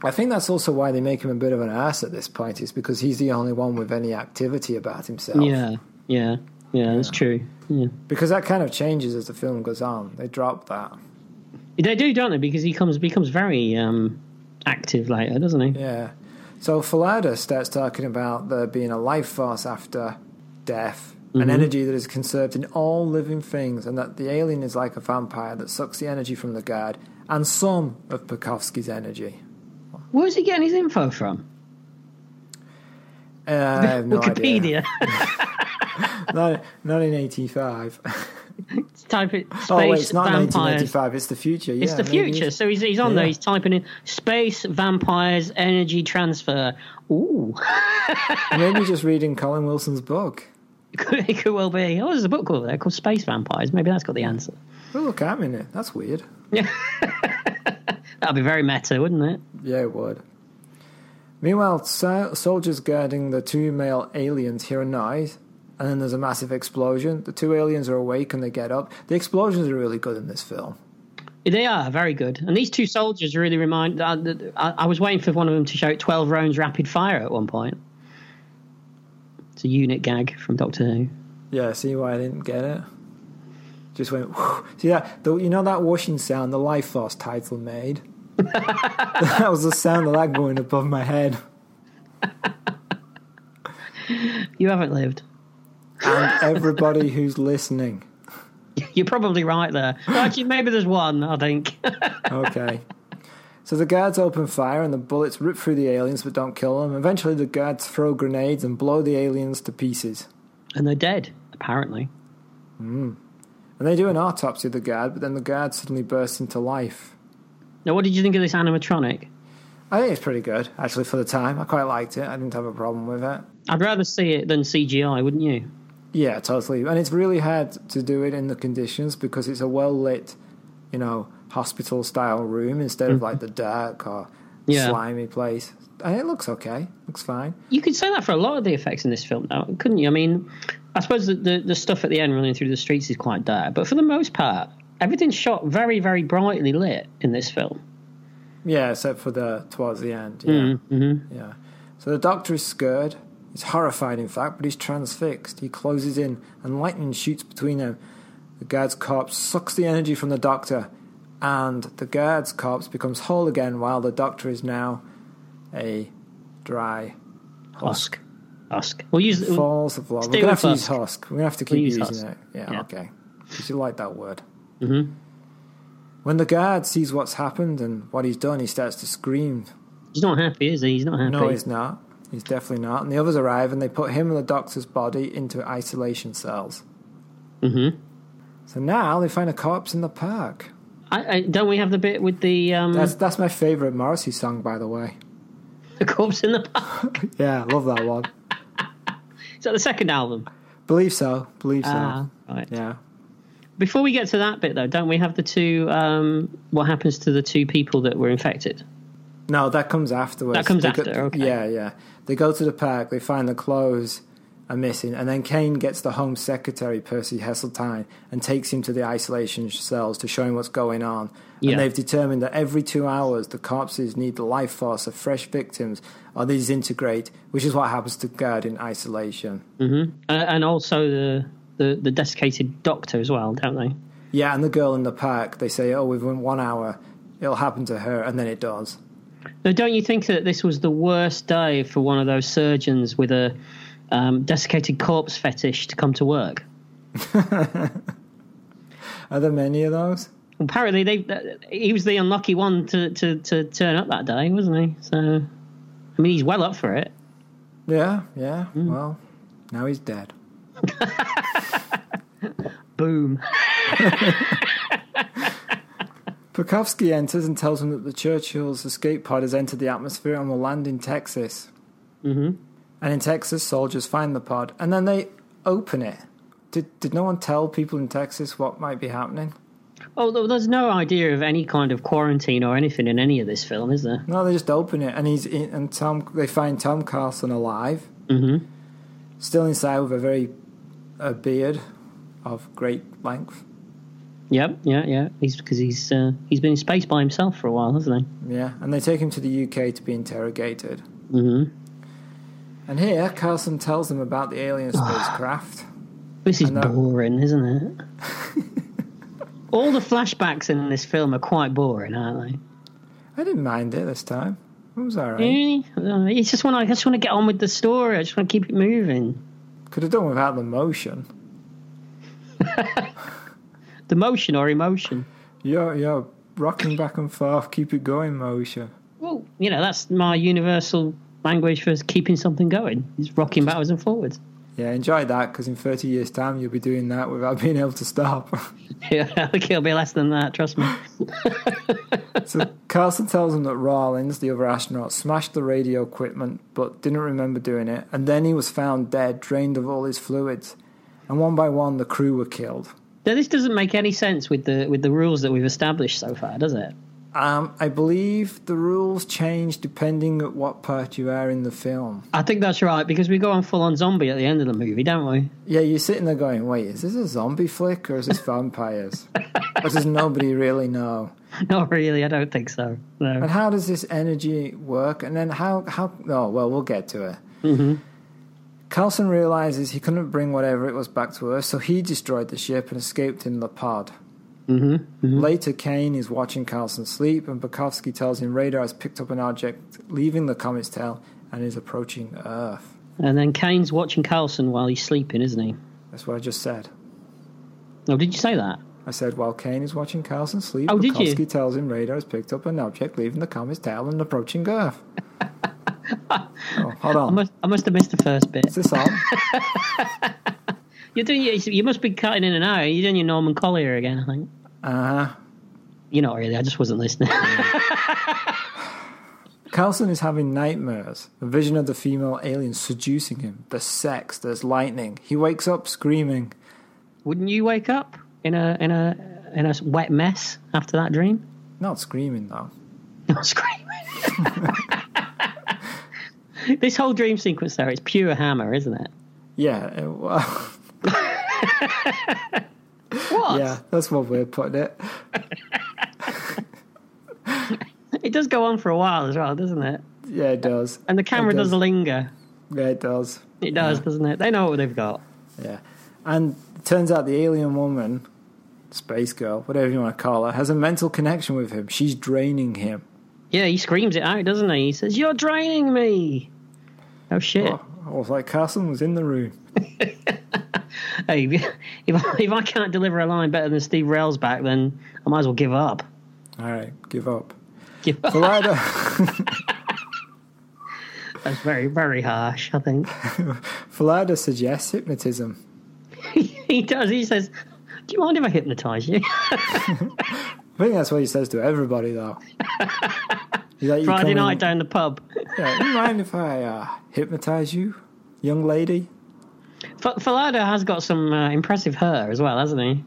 I think that's also why they make him a bit of an ass at this point, is because he's the only one with any activity about himself. Yeah, yeah, yeah. That's true. Yeah. Because that kind of changes as the film goes on. They drop that. They do, don't they? Because he comes becomes very um, active later, doesn't he? Yeah. So Falada starts talking about there being a life force after death, an energy that is conserved in all living things, and that the alien is like a vampire that sucks the energy from the guard and some of Pekowski's energy. Where's he getting his info from? Uh, I have no idea. [laughs] Wikipedia. [laughs] Not, not in 85. Type it. Space oh, wait, it's not vampires. 1985. It's the future. It's yeah, the maybe it future. is. So he's, he's on there. Yeah. He's typing in space vampires energy transfer. Ooh, Maybe [laughs] just reading Colin Wilson's book. it [laughs] could, it could well be. Oh, there's a book over there called Space Vampires. Maybe that's got the answer. Oh, look, I'm in it. That's weird. That'd be very meta, wouldn't it? Yeah, it would. Meanwhile, so- soldiers guarding the two male aliens hear a noise, and then there's a massive explosion. The two aliens are awake and they get up. The explosions are really good in this film. They are very good, and these two soldiers really remind. I, I, I was waiting for one of them to shout twelve rounds rapid fire at one point. It's a unit gag from Doctor Who. Yeah, see why I didn't get it? Just went, whew. see that? The, you know that washing sound the Life Force title made? [laughs] that was the sound of that going above my head. You haven't lived. [laughs] And everybody who's listening. You're probably right there. Well, actually, maybe there's one. I think. [laughs] okay. So the guards open fire and the bullets rip through the aliens but don't kill them. Eventually, the guards throw grenades and blow the aliens to pieces. and they're dead, apparently. And they do an autopsy of the guard, but then the guard suddenly bursts into life. Now, what did you think of this animatronic? I think it's pretty good, actually, for the time. I quite liked it. I didn't have a problem with it. I'd rather see it than CGI, wouldn't you? Yeah, totally. And it's really hard to do it in the conditions because it's a well lit, you know, hospital style room instead of like the dark or Yeah. slimy place. And it looks okay. Looks fine. You could say that for a lot of the effects in this film, though, couldn't you? I mean, I suppose the, the, the stuff at the end running through the streets is quite dire, but for the most part, everything's shot very, very brightly lit in this film. Yeah, except for the towards the end. Yeah. Yeah. So the doctor is scared. He's horrified, in fact, but he's transfixed. He closes in, and lightning shoots between them. The guard's corpse sucks the energy from the doctor, and the guard's corpse becomes whole again, while the doctor is now a dry Husk. Husk. We'll use falls of love. Stay We're gonna have with to use husk. husk. We're gonna have to keep We'll use using husk. it. Yeah, Yeah. okay. Because you like that word. Mm-hmm. When the guard sees what's happened and what he's done, he starts to scream He's not happy, is he? He's not happy. No, he's not. He's definitely not. And the others arrive and they put him and the doctor's body into isolation cells. Mhm. So now they find a corpse in the park. I, I, don't we have the bit with the, um, That's that's my favourite Morrissey song, by the way. [laughs] the corpse in the [laughs] park? Yeah, I love that one. Is that the second album? Believe so. Believe so. Ah, right. yeah. Before we get to that bit, though, don't we have the two? Um, what happens to the two people that were infected? No, that comes afterwards. That comes They after, okay. Yeah, yeah. They go to the park. They find the clothes, are missing, and then Kane gets the Home Secretary, Percy Heseltine, and takes him to the isolation cells to show him what's going on. Yeah. And they've determined that every two hours the corpses need the life force of fresh victims or they disintegrate, which is what happens to Gerd in isolation. Uh, and also the, the the desiccated doctor as well, don't they? Yeah, and the girl in the park, they say, oh, within one hour it'll happen to her, and then it does. Now, don't you think that this was the worst day for one of those surgeons with a um, desiccated corpse fetish to come to work? Are there many of those? Apparently, they th- he was the unlucky one to, to, to turn up that day, wasn't he? So, I mean, he's well up for it. Yeah, yeah. Hmm. Well, now he's dead. Boom. Pekowski enters and tells him that the Churchill's escape pod has entered the atmosphere and will land in Texas. Mm-hmm. And in Texas, soldiers find the pod and then they open it. Did did no one tell people in Texas what might be happening? Although Oh, there's no idea of any kind of quarantine or anything in any of this film, is there? No, they just open it and he's in, and Tom. They find Tom Carlson alive, Mhm. still inside with a very a beard of great length. Yep, yeah, yeah. He's because he's uh, he's been in space by himself for a while, hasn't Yeah, and they take him to the UK to be interrogated. he? Mm-hmm. And here, Carlson tells them about the alien spacecraft. This is I know. boring, isn't it? All the flashbacks in this film are quite boring, aren't I didn't mind it this time. It was all they? right. Eh, uh, It's just when I just want to get on with the story. I just want to keep it moving. Could have done without the motion. The motion or emotion. You're, you're rocking back and forth. Keep it going, motion. Well, you know that's my universal language for keeping something going. It's rocking backwards and forwards. [laughs] Yeah, enjoy that because in 30 years' time, you'll be doing that without [laughs] being able to stop. Yeah, I think it'll be less than that. Trust me. so Carlson tells him that Rawlins, the other astronaut, smashed the radio equipment but didn't remember doing it. And then he was found dead, drained of all his fluids. And one by one, the crew were killed. Now, this doesn't make any sense with the with the rules that we've established so far, does it? Um, I believe the rules change depending at what part you are in the film. I think that's right because we go on full on zombie at the end of the movie, don't we? [laughs] Yeah, you're sitting there going, wait, is this a zombie flick or is [laughs] this vampires? or does nobody really know? Not really. I don't think so. No. And how does this energy work? And then how, how, oh, well, we'll get to it. Mm-hmm. Carlson realizes he couldn't bring whatever it was back to Earth, so he destroyed the ship and escaped in the pod. Mm-hmm. Later, Kane is watching Carlson sleep, and Bukowski tells him radar has picked up an object leaving the comet's tail and is approaching Earth. And then Kane's watching Carlson while he's sleeping, isn't he? That's what I just said. Oh, did you say that? I said, while Kane is watching Carlson sleep, Oh, did you? Bukowski tells him radar has picked up an object leaving the comet's tail and approaching [laughs] Earth. oh, hold I on. must, I must have missed the first bit. Is this on? [laughs] You're doing. your- You must be cutting in and out. You're doing your Norman Collier again. I think. Uh-huh. You're not really. I just wasn't listening. [laughs] Carlson is having nightmares. A vision of the female alien seducing him. There's sex, there's lightning. He wakes up screaming. Wouldn't you wake up in a in a in a wet mess after that dream? [laughs] Not screaming, though. Not screaming. [laughs] this whole dream sequence, though, it's pure hammer, isn't it? Yeah, it, [laughs] well, What? yeah, that's one way of putting it. It does go on for a while as well, doesn't it? Yeah, it does. And the camera It does. linger. Yeah, it does. It does, doesn't it? They know what they've got. Yeah. And it turns out the alien woman, space girl, whatever you want to call her, has a mental connection with him. She's draining him. Yeah, he screams it out, doesn't he? He says, "You're draining me." Oh shit! Oh, I was like, Carson was in the room. [laughs] Hey, if, if I, if I can't deliver a line better than Steve Rails back, then I might as well give up. All right, give up. Give [laughs] up. So later, That's very, very harsh. I think [laughs] Falada suggests hypnotism. he does. He says, "Do you mind if I hypnotise you?" [laughs] I think that's what he says to everybody, though. He's like, you Friday come night in- down the pub. Yeah, you mind if I uh, hypnotize you, young lady? F- Falada has got some uh, impressive hair as well, hasn't he?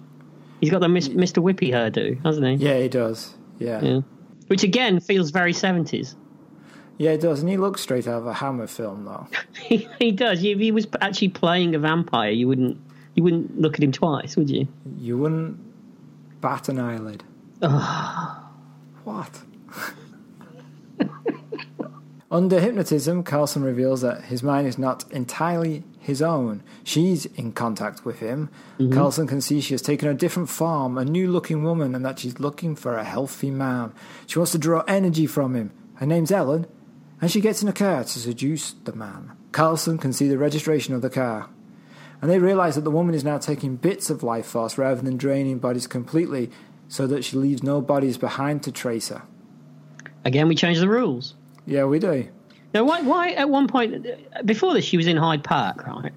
He's got the Miss, Mr. Whippy hairdo, hasn't he? Yeah, he does. Yeah. Yeah. Which again feels very seventies. [laughs] Yeah, it does. And he looks straight out of a Hammer film, though. he, he does. If he was actually playing a vampire, you wouldn't you wouldn't look at him twice, would you? You wouldn't bat an eyelid. what? Under hypnotism, Carlson reveals that his mind is not entirely his own. She's in contact with him. Carlson can see she has taken a different form, a new looking woman, and that she's looking for a healthy man. She wants to draw energy from him. Her name's Ellen, and she gets in a car to seduce the man. Carlson can see the registration of the car and they realize that the woman is now taking bits of life force rather than draining bodies completely so that she leaves no bodies behind to trace her. Again, we changed the rules. Yeah, we do. Now, why, why at one point before this she was in Hyde Park, right?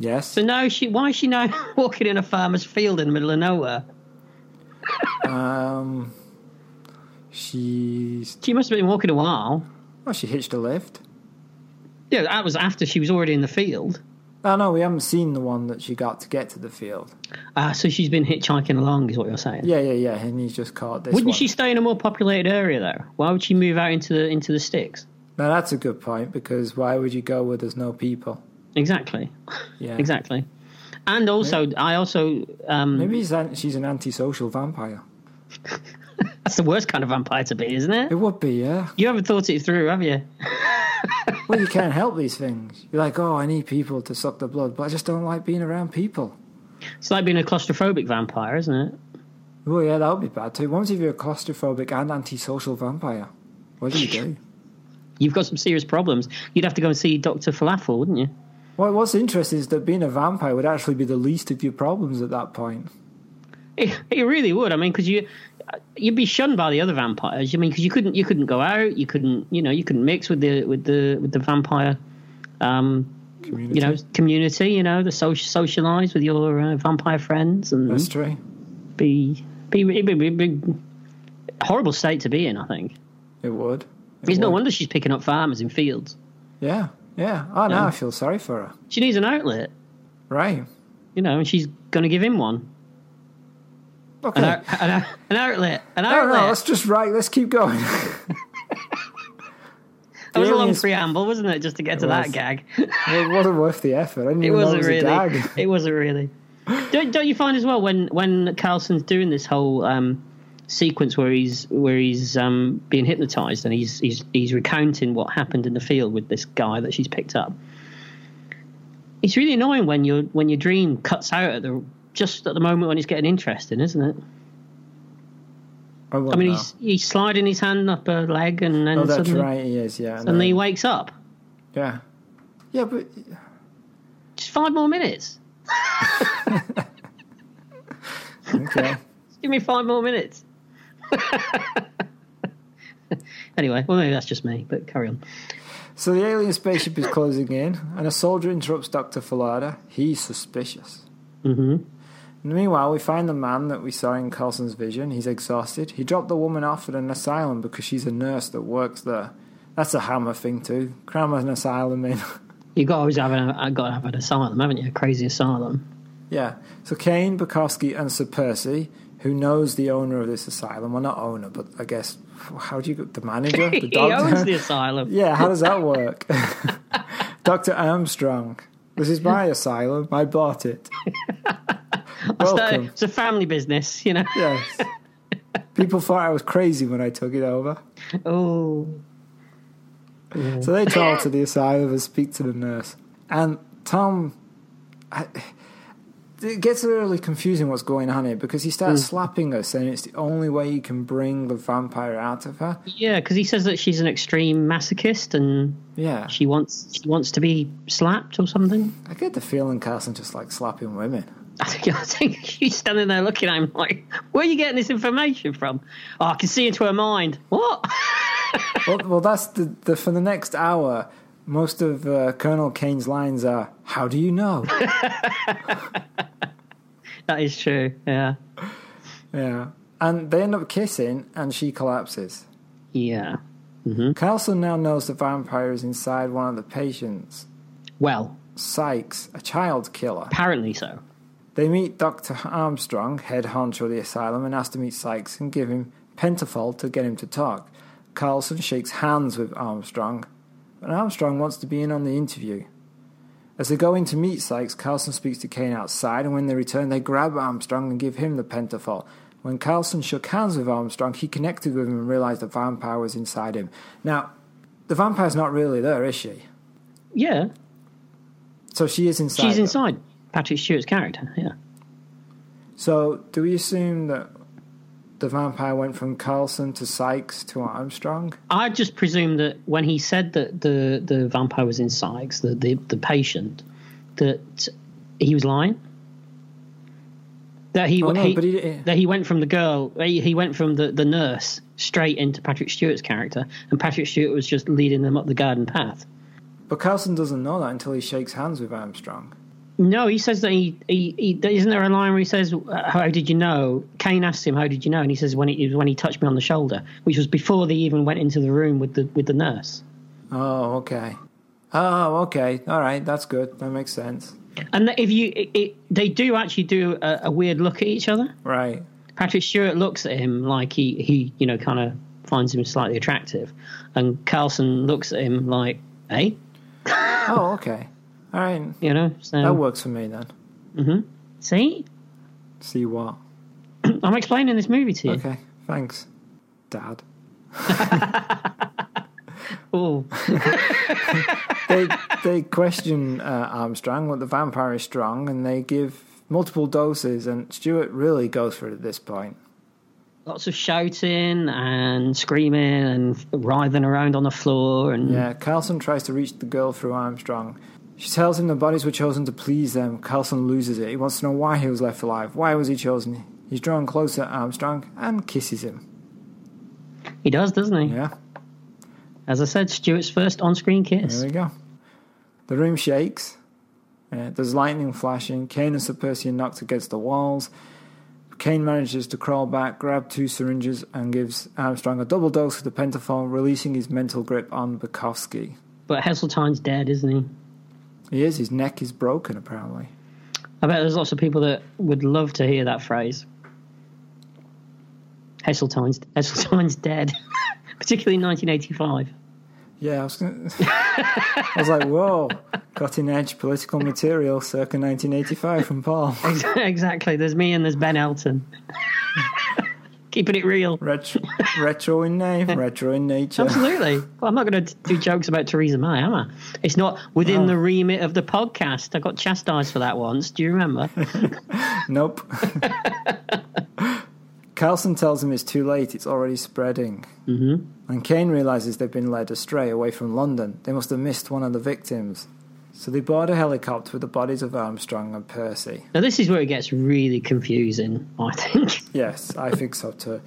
Yes. So now she why is she now [laughs] walking in a farmer's field in the middle of nowhere? She's. She must have been walking a while. Well, she hitched a lift. Yeah, that was after she was already in the field. Oh, no, we haven't seen the one that she got to get to the field. Ah, so she's been hitchhiking along, is what you're saying. Yeah, yeah, yeah. And he's just caught this Wouldn't one. she stay in a more populated area though? Why would she move out into the into the sticks? Now, that's a good point because why would you go where there's no people? Exactly, Yeah. exactly. And also, I also um, Maybe he's an, she's an antisocial vampire. that's the worst kind of vampire to be, isn't it? It would be, yeah. You haven't thought it through, have you? Well, you can't help these things. You're like, oh, I need people to suck the blood, but I just don't like being around people. It's like being a claustrophobic vampire, isn't it? Well, yeah, that would be bad too. What happens if you're a claustrophobic and antisocial vampire? What do you do? You've got some serious problems. You'd have to go and see Doctor Falafel, wouldn't you? [laughs] well, what's interesting is that being a vampire would actually be the least of your problems at that point. It, it really would. I mean, because you you'd be shunned by the other vampires. I mean, because you couldn't you couldn't go out. You couldn't you know you couldn't mix with the with the with the vampire. Um, Community. you know, community. You know, the social socialize with your uh, vampire friends and that's true. be be, it'd be, it'd be a horrible state to be in. I think It would. It it's no would. wonder she's picking up farmers in fields. Yeah, yeah. Oh, now I feel sorry for her. She needs an outlet, Right. you know, and she's going to give him one. Okay. An, out- [laughs] an, out- an outlet, an I don't know. outlet. Let's just right. Let's keep going. [laughs] That was a long aliens- preamble, wasn't it, just to get to was. that gag? [laughs] it wasn't worth the effort. I didn't It even know it wasn't was a really. gag. It wasn't really. Don't, don't you find as well when when Carlson's doing this whole um, sequence where he's where he's um, being hypnotized and he's he's he's recounting what happened in the field with this guy that she's picked up. It's really annoying when your when your dream cuts out at the just at the moment when it's getting interesting, isn't it? I, I mean, know. he's he's sliding his hand up a leg and then Oh, that's suddenly, right. He is. Yeah. I suddenly he know. wakes up. yeah. Yeah, but Just five more minutes. okay. Give me five more minutes. [laughs] anyway, well, maybe that's just me, but carry on. So the alien spaceship is closing in, and a soldier interrupts Dr. Falada. He's suspicious. Mm-hmm. Meanwhile, we find the man that we saw in Carlson's vision. He's exhausted. He dropped the woman off at an asylum because she's a nurse that works there. That's a hammer thing, too. Cram an asylum in. [laughs] You got to always have an, I got to have an asylum, haven't you? A crazy asylum. yeah. So Kane, Bukowski, and Sir Percy, who knows the owner of this asylum, well, not owner, but I guess, how do you, the [laughs] manager? [laughs] The he owns doctor? the asylum. Yeah, how does that work? [laughs] Dr. Armstrong. This is my asylum. I bought it. So Welcome. it's a family business, [laughs] you know. Yes. People thought I was crazy when I took it over. Oh, So they travel to the asylum and speak to the nurse. And Tom. I, it gets really confusing what's going on here because he starts slapping her, saying it's the only way he can bring the vampire out of her. yeah, because he says that she's an extreme masochist and Yeah. she wants she wants to be slapped or something. I get the feeling Carson just likes slapping women. I think, [laughs] I think she's standing there looking at him like, "Where are you getting this information from?" Oh, I can see into her mind. What? [laughs] well, well, that's the, the for the next hour. Most of uh, Colonel Kane's lines are, "How do you know?" that is true. Yeah. yeah, and they end up kissing, and she collapses. Yeah. Carlson now knows the vampire is inside one of the patients, Well, Sykes, a child killer. apparently so. They meet Doctor Armstrong, head honcho of the asylum, and ask to meet Sykes and give him Pentafol to get him to talk. Carlson shakes hands with Armstrong, and Armstrong wants to be in on the interview. As they go in to meet Sykes, Carlson speaks to Kane outside, and when they return, they grab Armstrong and give him the pentafall. When Carlson shook hands with Armstrong, he connected with him and realized the vampire was inside him. Now, the vampire's not really there, is she? Yeah, So she is inside. she's them. inside Patrick Stewart's character. Yeah, So do we assume that the vampire went from Carlson to Sykes to Armstrong? I just presume that when he said that the the vampire was in Sykes, the the, the patient, that he was lying. That he, Oh, no, he- but he didn't- that he went from the girl, he, he went from the, the nurse straight into Patrick Stewart's character, and Patrick Stewart was just leading them up the garden path. But Carlson doesn't know that until he shakes hands with Armstrong. No, he says that he, he, he isn't there a line where he says, "How did you know?" Kane asks him, "How did you know?" And he says, "When he, it was when he touched me on the shoulder," which was before they even went into the room with the with the nurse. Oh, okay. Oh, okay. All right, that's good. That makes sense. And if you, it, it, they do actually do a, a weird look at each other. Right. Patrick Stewart looks at him like he, he you know, kind of finds him slightly attractive, and Carlson looks at him like, "Hey," Oh, okay. All right. you know. So That works for me then. see, See what? I'm explaining this movie to you. Okay. Thanks, Dad. Oh, they they question uh, Armstrong, what the vampire is strong, and they give multiple doses. And Stuart really goes for it at this point. lots of shouting and screaming and writhing around on the floor and Yeah, Carlson tries to reach the girl through Armstrong. She tells him the bodies were chosen to please them. Carlson loses it. He wants to know why he was left alive. Why was he chosen? He's drawn closer to Armstrong and kisses him. he does, doesn't he? Yeah, As I said, Stewart's first on-screen kiss. there we go. The room shakes. Uh, there's lightning flashing. Kane and Sir Percy are knocked against the walls. Kane manages to crawl back, grab two syringes, and gives Armstrong a double dose of the pentaphone, releasing his mental grip on Bukowski. But Heseltine's dead, isn't he? He is. His neck is broken, apparently. I bet there's lots of people that would love to hear that phrase. Heseltine's, Heseltine's dead, [laughs] particularly in 1985. Yeah, I was, gonna, [laughs] I was like, whoa, cutting edge political material circa 1985 from Paul. [laughs] exactly. There's me and there's Ben Elton. [laughs] Keeping it real. [laughs] Retro, retro in name, retro in nature. [laughs] Absolutely. Well, I'm not going to do jokes about Theresa May, am I? It's not within the remit of the podcast. I got chastised for that once. Do you remember? [laughs] Nope. Carlson tells him it's too late, it's already spreading. Mm-hmm. And Kane realizes they've been led astray away from London. They must have missed one of the victims. So they board a helicopter with the bodies of Armstrong and Percy. now, this is where it gets really confusing, I think. [laughs] Yes, I think so too.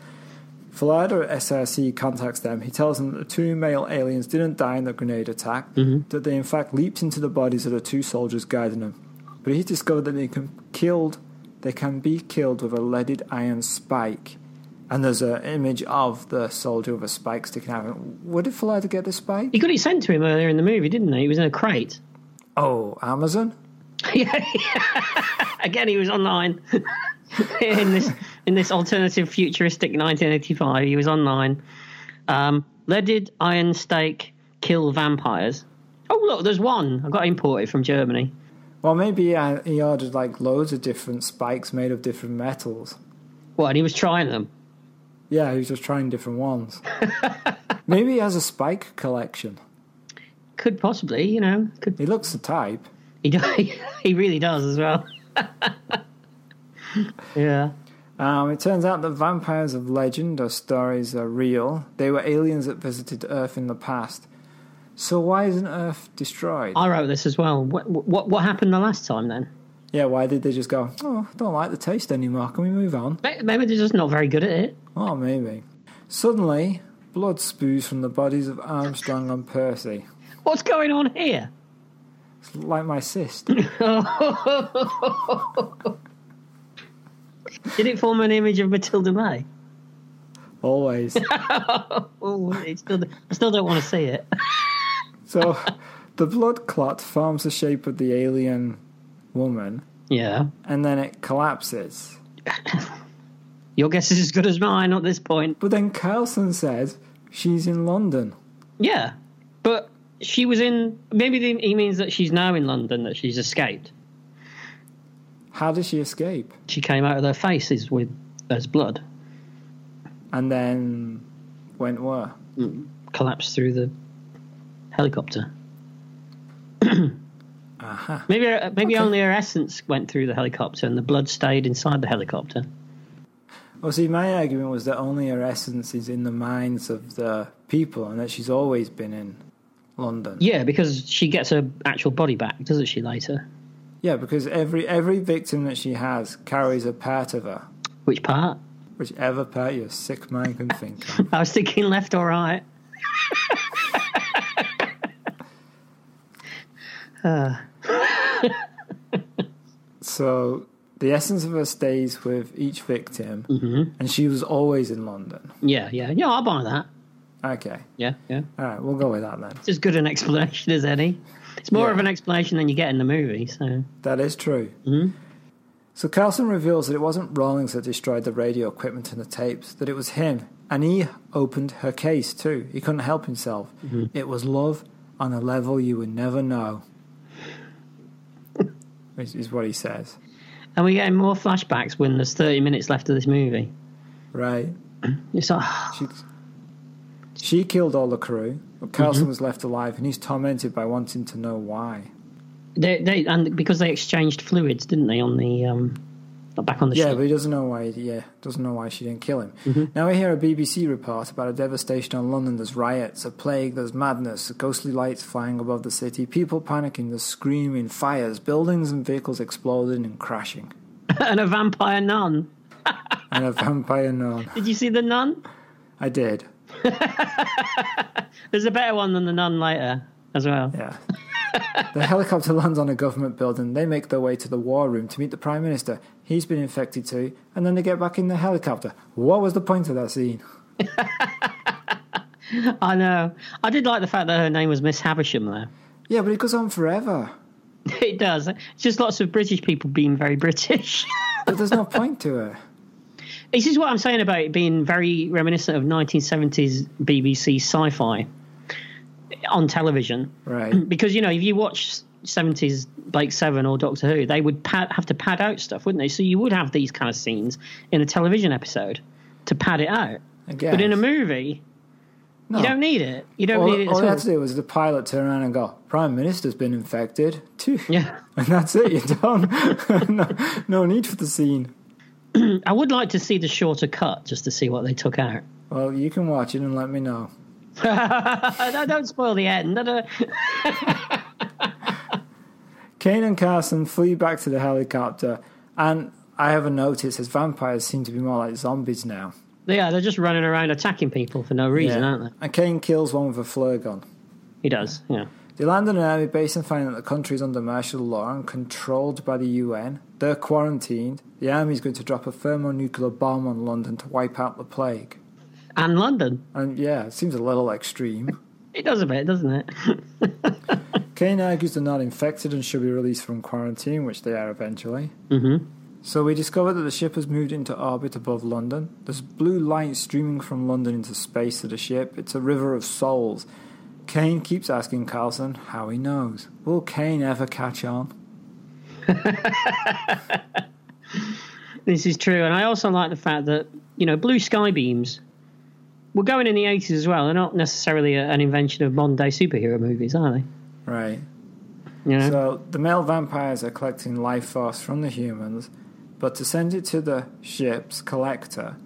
Florida SRC contacts them. He tells them that the two male aliens didn't die in the grenade attack, that they in fact leaped into the bodies of the two soldiers guiding them. But he's discovered that they can killed, they can be killed with a leaded iron spike. And there's an image of the soldier with a spike sticking out. of him. Where did Florida get this spike? He got it sent to him earlier in the movie, didn't he? He was in a crate. Oh, Amazon. Yeah. Again, he was online [laughs] in this in this alternative futuristic 1985. He was online. Um, leaded iron stake kill vampires. Oh look, there's one. I got imported from Germany. Well, maybe uh, he ordered like loads of different spikes made of different metals. What? And he was trying them. Yeah, he was just trying different ones. [laughs] Maybe he has a spike collection. Could possibly, you know, could He looks the type. he? do- [laughs] He really does as well. [laughs] yeah. Um, it turns out that vampires of legend or stories are real. They were aliens that visited Earth in the past. So why isn't Earth destroyed? I wrote this as well. What what, what happened the last time then? yeah, why did they just go, oh, I don't like the taste anymore, can we move on? May- Maybe they're just not very good at it. Oh, maybe. Suddenly, blood spews from the bodies of Armstrong and Percy. What's going on here? [laughs] It's like my cyst. Did it form an image of Matilda May? Always. Oh, it still, I still don't want to see it. So the blood clot forms the shape of the alien woman. Yeah. and then it collapses. Your guess is as good as mine at this point. But then Carlson says She's in London. Yeah, but she was in. Maybe he means that she's now in London. That she's escaped. How does she escape? She came out of their faces with there's blood. And then went where? Collapsed through the helicopter. [coughs] Aha. Maybe uh, maybe Okay. only her essence went through the helicopter, and the blood stayed inside the helicopter. Well, see, my argument was that only her essence is in the minds of the people and that she's always been in London. Yeah, because she gets her actual body back, doesn't she? Later, Yeah, because every every victim that she has carries a part of her, which part? [laughs] whichever part your sick mind can think of. I was thinking left or right. So the essence of her stays with each victim, and she was always in London. Yeah, yeah, yeah. I'll buy that. Okay, Yeah, yeah. all right, we'll go with that then. It's as good an explanation as any. It's more Yeah. of an explanation than you get in the movie. So That is true. So Carlson reveals that it wasn't Rawlings that destroyed the radio equipment and the tapes, that it was him. And he opened her case too. He couldn't help himself. It was love on a level you would never know, is, is what he says. And we're getting more flashbacks when there's 30 minutes left of this movie. Right? It's like, She, she killed all the crew, but Carlson was left alive and he's tormented by wanting to know why. they, they, and because they exchanged fluids, didn't they, on the, um, back on the Yeah, ship? but he doesn't know why. Yeah, doesn't know why she didn't kill him. Now we hear a BBC report about a devastation on London. There's riots, a plague, there's madness, ghostly lights flying above the city, people panicking, there's screaming, fires, buildings and vehicles exploding and crashing, [laughs] and a vampire nun. and a vampire nun. Did you see the nun? I did. There's a better one than the nun later as well. Yeah. the helicopter lands on a government building. They make their way to the war room to meet the prime minister. He's been infected too, and then they get back in the helicopter. What was the point of that scene? I know. I did like the fact that her name was Miss Havisham, though. [laughs] Yeah, but it goes on forever. It does. It's just lots of British people being very British. [laughs] But there's no point to it. this is what I'm saying about it being very reminiscent of 1970s BBC sci fi on television. Right. because you know if you watch 70s Blake Seven or Doctor Who, they would pad, have to pad out stuff, wouldn't they? So you would have these kind of scenes in a television episode to pad it out. Again. But in a movie, No. you don't need it. You don't all, need it all at they all. had to do was the pilot turn around and go, Prime Minister's been infected. too." Yeah, [laughs] And that's it, you're done. [laughs] no, no need for the scene. I would like to see the shorter cut just to see what they took out. Well, you can watch it and let me know. Uh, no, don't spoil the end. uh, No, no. Kane and Carson flee back to the helicopter, and I have a note it says vampires seem to be more like zombies now. Yeah, they're just running around attacking people for no reason, aren't they? And Kane kills one with a flare gun. He does. Yeah. They land on an army base and find that the country is under martial law and controlled by the UN. They're quarantined. The army is going to drop a thermonuclear bomb on London to wipe out the plague. And London. And yeah, it seems a little extreme. It does a bit, doesn't it? [laughs] Kane argues they're not infected and should be released from quarantine, which they are eventually. Mhm. So we discover that the ship has moved into orbit above London. There's blue light streaming from London into space to the ship. It's a river of souls. Kane keeps asking Carlson how he knows. Will Kane ever catch on? This is true, and I also like the fact that you know blue sky beams were going in the eighties as well. They're not necessarily a, an invention of modern day superhero movies, are they? Right. You know, So the male vampires are collecting life force from the humans, but to send it to the ship's collector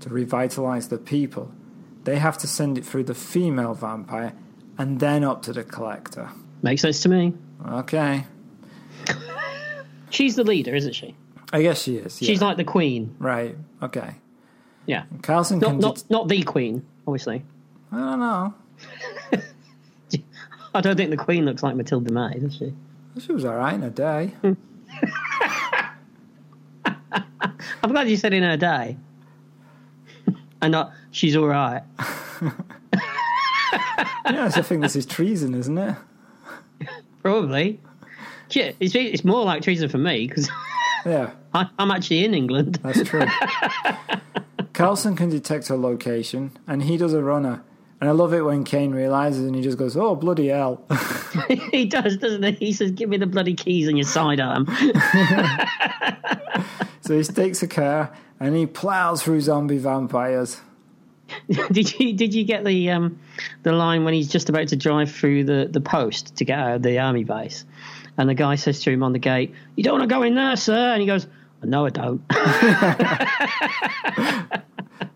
to revitalize the people, they have to send it through the female vampire and then up to the collector. makes sense to me. Okay. She's the leader, isn't she? I guess she is. Yeah. She's like the queen. right. Okay. Yeah, Carlson not can. not det- not the queen, obviously. I don't know. I don't think the queen looks like Matilda May, does she? She was all right in a [laughs] day. I'm glad you said in her day, [laughs] and not she's all right. yes, I think this is treason, isn't it? Probably. Shit, it's, it's more [laughs] like treason for me because Yeah, I'm actually in England. that's true. Carlson can detect her location, and he does a runner. And I love it when Kane realizes and he just goes, "Oh bloody hell!" [laughs] [laughs] he does, doesn't he? He says, "Give me the bloody keys and your sidearm." [laughs] so he stakes a car and he plows through zombie vampires. did you did you get the um, the line when he's just about to drive through the, the post to get out of the army base, and the guy says to him on the gate, "You don't want to go in there, sir," and he goes, "No, I don't." [laughs]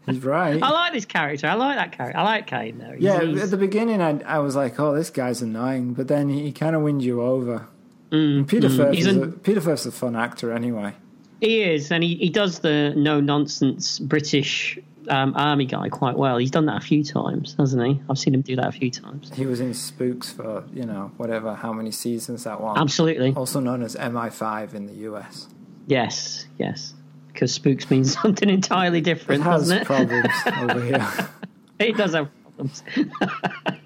He's right. I like this character. I like that character. I like Kane though. He's- yeah, he's- at the beginning I, I was like, "Oh, this guy's annoying," but then he, kind of wins you over. And Peter Firth Mm, He's is an- a, Peter Firth's a fun actor anyway. He is, and he, he does the no nonsense British um, army guy quite well. He's done that a few times, hasn't he? I've seen him do that a few times. He was in Spooks for you know whatever how many seasons that was. Absolutely. Also known as MI5 in the US. Yes, yes. Because spooks means [laughs] something entirely It different, has doesn't it? problems over here. [laughs] it does have problems.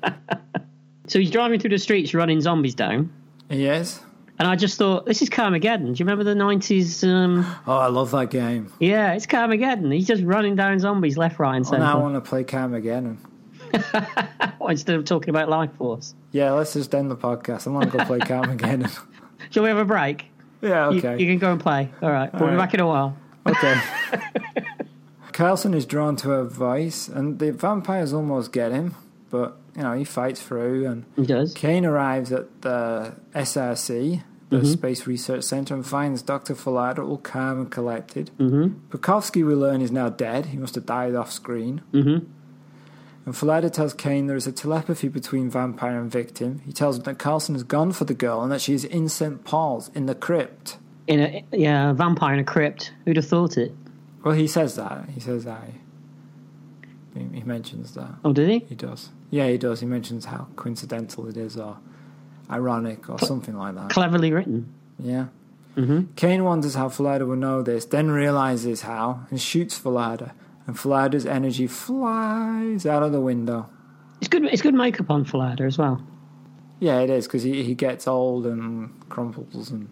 [laughs] so he's driving through the streets running zombies down. Yes. And I just thought, this is Carmageddon. Do you remember the 90s? [gasps] Um, Oh, I love that game. yeah, it's Carmageddon. He's just running down zombies left, right, and centre. Now I want to play Cam again. And, Instead of talking about Life Force. yeah, let's just end the podcast. I want to go play [laughs] Cam again. [laughs] And, Shall we have a break? yeah, You- okay. You, can go and play. All right. we'll right. be back in a while. [laughs] Okay. Carlson is drawn to her vice, and the vampires almost get him, but you know he fights through. And He does. Kane arrives at the SRC, the Space Research Center, and finds Doctor Falada all calm and collected. Mm-hmm. Bukowski, we learn, is now dead. He must have died off screen. Mm-hmm. And Falada tells Kane there is a telepathy between vampire and victim. He tells him that Carlson has gone for the girl and that she is in St. Paul's in the crypt. In a yeah, a vampire in a crypt. Who'd have thought it? Well, he says that. He says I. He he mentions that. Oh, did he? He does. Yeah, he does. He mentions how coincidental it is, or ironic, or something like that. Cleverly written. Yeah. Mm-hmm. Kane wonders how Falada will know this, then realizes how, and shoots Falada. And Falada's energy flies out of the window. It's good. It's good makeup on Falada as well. Yeah, it is because he, he gets old and crumples and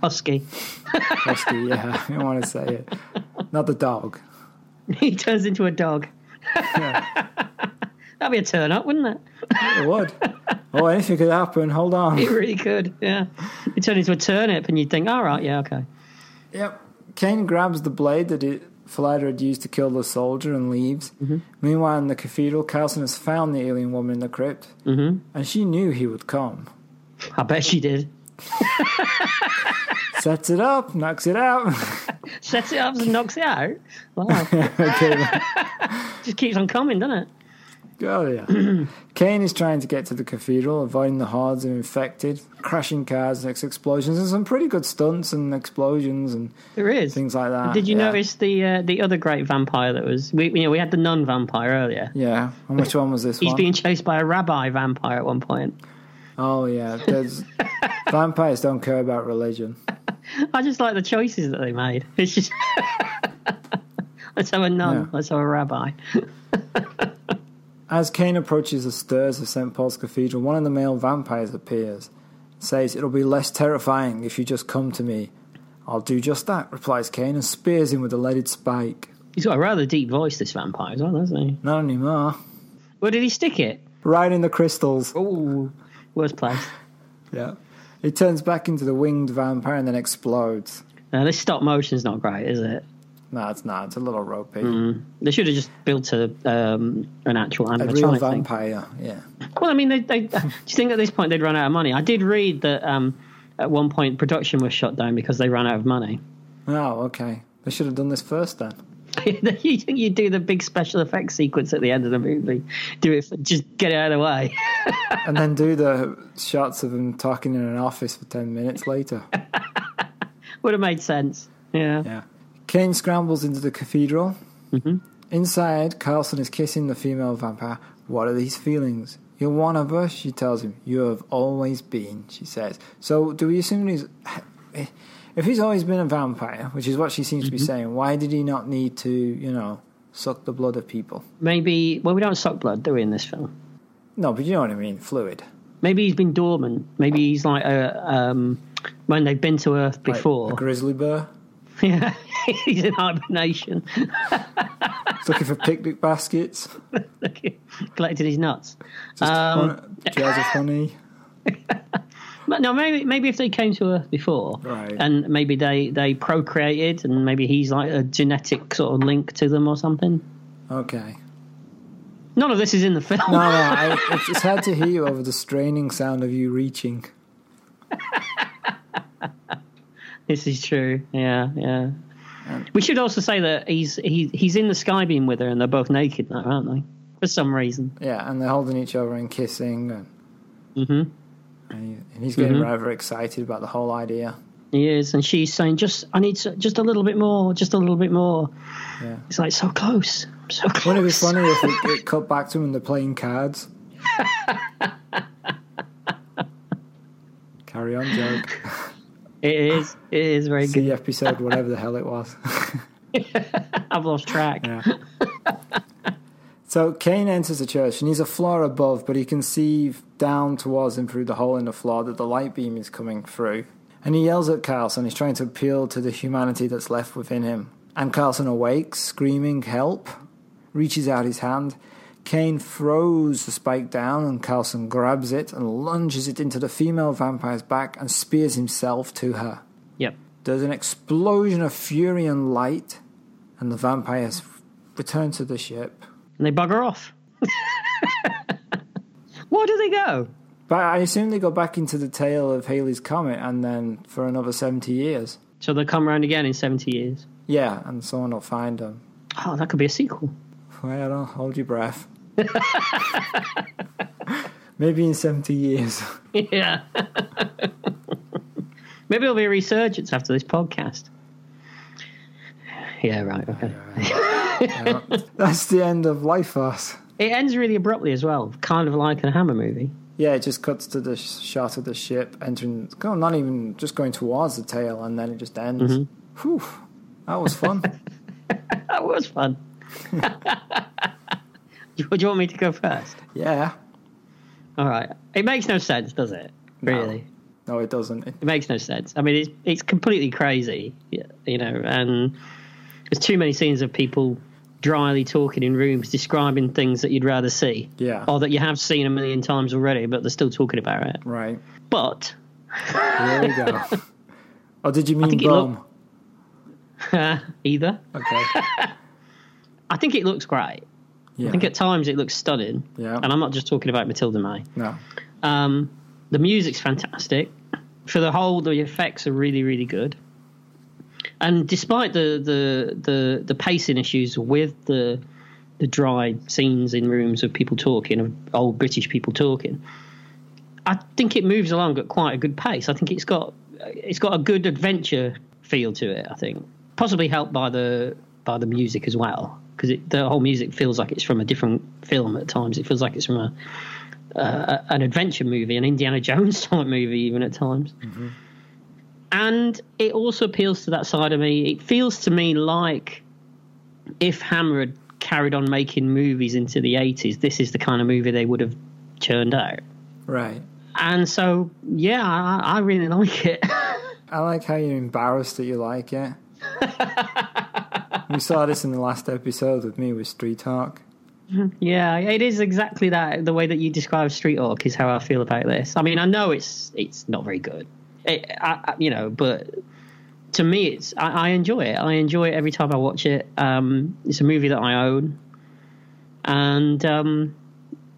Husky. husky. yeah, [laughs] I didn't want to say it. Not the dog. [laughs] He turns into a dog. [laughs] That'd be a turn up, wouldn't it? It would. oh, anything could happen. Hold on. It really could. Yeah. You turn into a turnip, and you'd think, all right, yeah, okay. Yep. Kane grabs the blade that it, Falada had used to kill the soldier and leaves. Meanwhile, in the cathedral, Carlson has found the alien woman in the crypt, mm-hmm. and she knew he would come. I bet she did. Sets it up, knocks it out. [laughs] Sets it up and knocks it out. Wow. [laughs] Just keeps on coming, doesn't it? oh, yeah. [clears throat] Kane is trying to get to the cathedral, avoiding the hordes of infected, crashing cars, and ex- explosions, and some pretty good stunts and explosions and There is. things like that. Did you yeah. notice the uh, the other great vampire that was? We you know we had the nun vampire earlier. Yeah. And which one was this He's one? being chased by a rabbi vampire at one point. Oh, yeah. [laughs] There's... Vampires don't care about religion. I just like the choices that they made. It's just [laughs] let's have a nun, Yeah. let's have a rabbi. As Kane approaches the stairs of St. Paul's Cathedral, one of the male vampires appears, says, It'll be less terrifying if you just come to me. I'll do just that, replies Kane, and spears him with a leaded spike. He's got a rather deep voice, this vampire as well, hasn't he? Not anymore. Where did he stick it? Right in the crystals. Oh, worst place. Yeah. He turns back into the winged vampire and then explodes. Now this stop motion's not great, is it? No, it's not. It's a little ropey. They should have just built a um, an actual A real animatronic thing. vampire. Yeah. Well, I mean, they, they, do you think at this point they'd run out of money? I did read that um, at one point production was shut down because they ran out of money. [laughs] Oh, okay. They should have done this first then. you think you do the big special effects sequence at the end of the movie? Do it, for, just get it out of the way. [laughs] And then do the shots of him talking in an office for 10 minutes later. Would have made sense. Yeah. Yeah. Kane scrambles into the cathedral. Mm-hmm. Inside, Carlson is kissing the female vampire. What are these feelings? You're one of us, she tells him. You have always been, she says. So, do we assume he's. If he's always been a vampire, which is what she seems Mm-hmm. to be saying, why did he not need to, you know, suck the blood of people? Maybe. Well, we don't suck blood, do we, in this film? No, but you know what I mean, fluid. Maybe he's been dormant. Maybe he's like a um, when they've been to Earth Like before. a grizzly bear. [laughs] yeah. [laughs] he's in hibernation. [laughs] looking for picnic baskets. Collected his nuts. Just Um, hon- jars of honey. But no, maybe maybe if they came to Earth before, Right. and maybe they they procreated, and maybe he's like a genetic sort of link to them or something. Okay. None of this is in the film. No, no, I, it's, it's hard to hear you over the straining sound of you reaching. [laughs] This is true. Yeah, yeah. We should also say that he's he, he's in the skybeam with her, and they're both naked now, aren't they? For some reason. Yeah, and they're holding each other and kissing, and, Mhm. and, he, and he's getting rather excited about the whole idea. He is, and she's saying, "Just I need so- just a little bit more, just a little bit more." Yeah. It's like so close, so close. Wouldn't it be funny if it, it cut back to him and they're playing cards? Carry on, joke. It is. It is very good. The episode, whatever the hell it was. [laughs] I've lost track. Yeah. [laughs] so Cain enters the church and he's a floor above, but he can see down towards him through the hole in the floor that the light beam is coming through. And he yells at Carlson. He's trying to appeal to the humanity that's left within him. And Carlson awakes, screaming, Help! Reaches out his hand. Kane throws the spike down, and Carlson grabs it and lunges it into the female vampire's back and spears himself to her. Yep. There's an explosion of fury and light, and the vampires return to the ship. And they bugger off. [laughs] Where do they go? But I assume they go back into the tail of Halley's Comet and then for another 70 years. So they'll come around again in seventy years. Yeah, and someone will find them. Oh, that could be a sequel. [laughs] Well, I'll hold your breath. Maybe in 70 years. yeah. [laughs] Maybe there'll be a resurgence after this podcast. Yeah, right. Okay. That's the end of Life Force. It ends really abruptly as well, kind of like a Hammer movie. Yeah, it just cuts to the sh- shot of the ship entering, go- not even just going towards the tail, and then it just ends. Whew, that was fun. That was fun. do, you- do you want me to go first? yeah. All right. It makes no sense, does it? Really? No, it doesn't. It It makes no sense. I mean, it's it's completely crazy, y- you know. And there's too many scenes of people dryly talking in rooms, describing things that you'd rather see, Yeah. or that you have seen a million times already, but they're still talking about it. Right. But [laughs] There we go. oh, did you mean think it bomb? either, [laughs] Okay. I think it looks great. Yeah. I think at times it looks stunning. Yeah. And I'm not just talking about Matilda May. no. Um, the music's fantastic. For the whole, the effects are really, really good. And despite the the the, the pacing issues with the the dry scenes in rooms of people talking, of old British people talking, I think it moves along at quite a good pace. I think it's got it's got a good adventure feel to it. I think possibly helped by the by the music as well, because the whole music feels like it's from a different film at times. It feels like it's from a an adventure movie, an Indiana Jones [laughs] type movie, even at times. And it also appeals to that side of me. It feels to me like if Hammer had carried on making movies into the 80s, this is the kind of movie they would have churned out. Right. And so, yeah, I, I really [laughs] like it. I like how you're embarrassed that you like [laughs] it. we saw this in the last episode with me with Street Talk. yeah, it is exactly that. The way that you describe Street Orc is how I feel about this. I mean, I know it's it's not very good, it, I, I- you know, but to me, it's I, I enjoy it. I enjoy it every time I watch it. Um, it's a movie that I own, and um,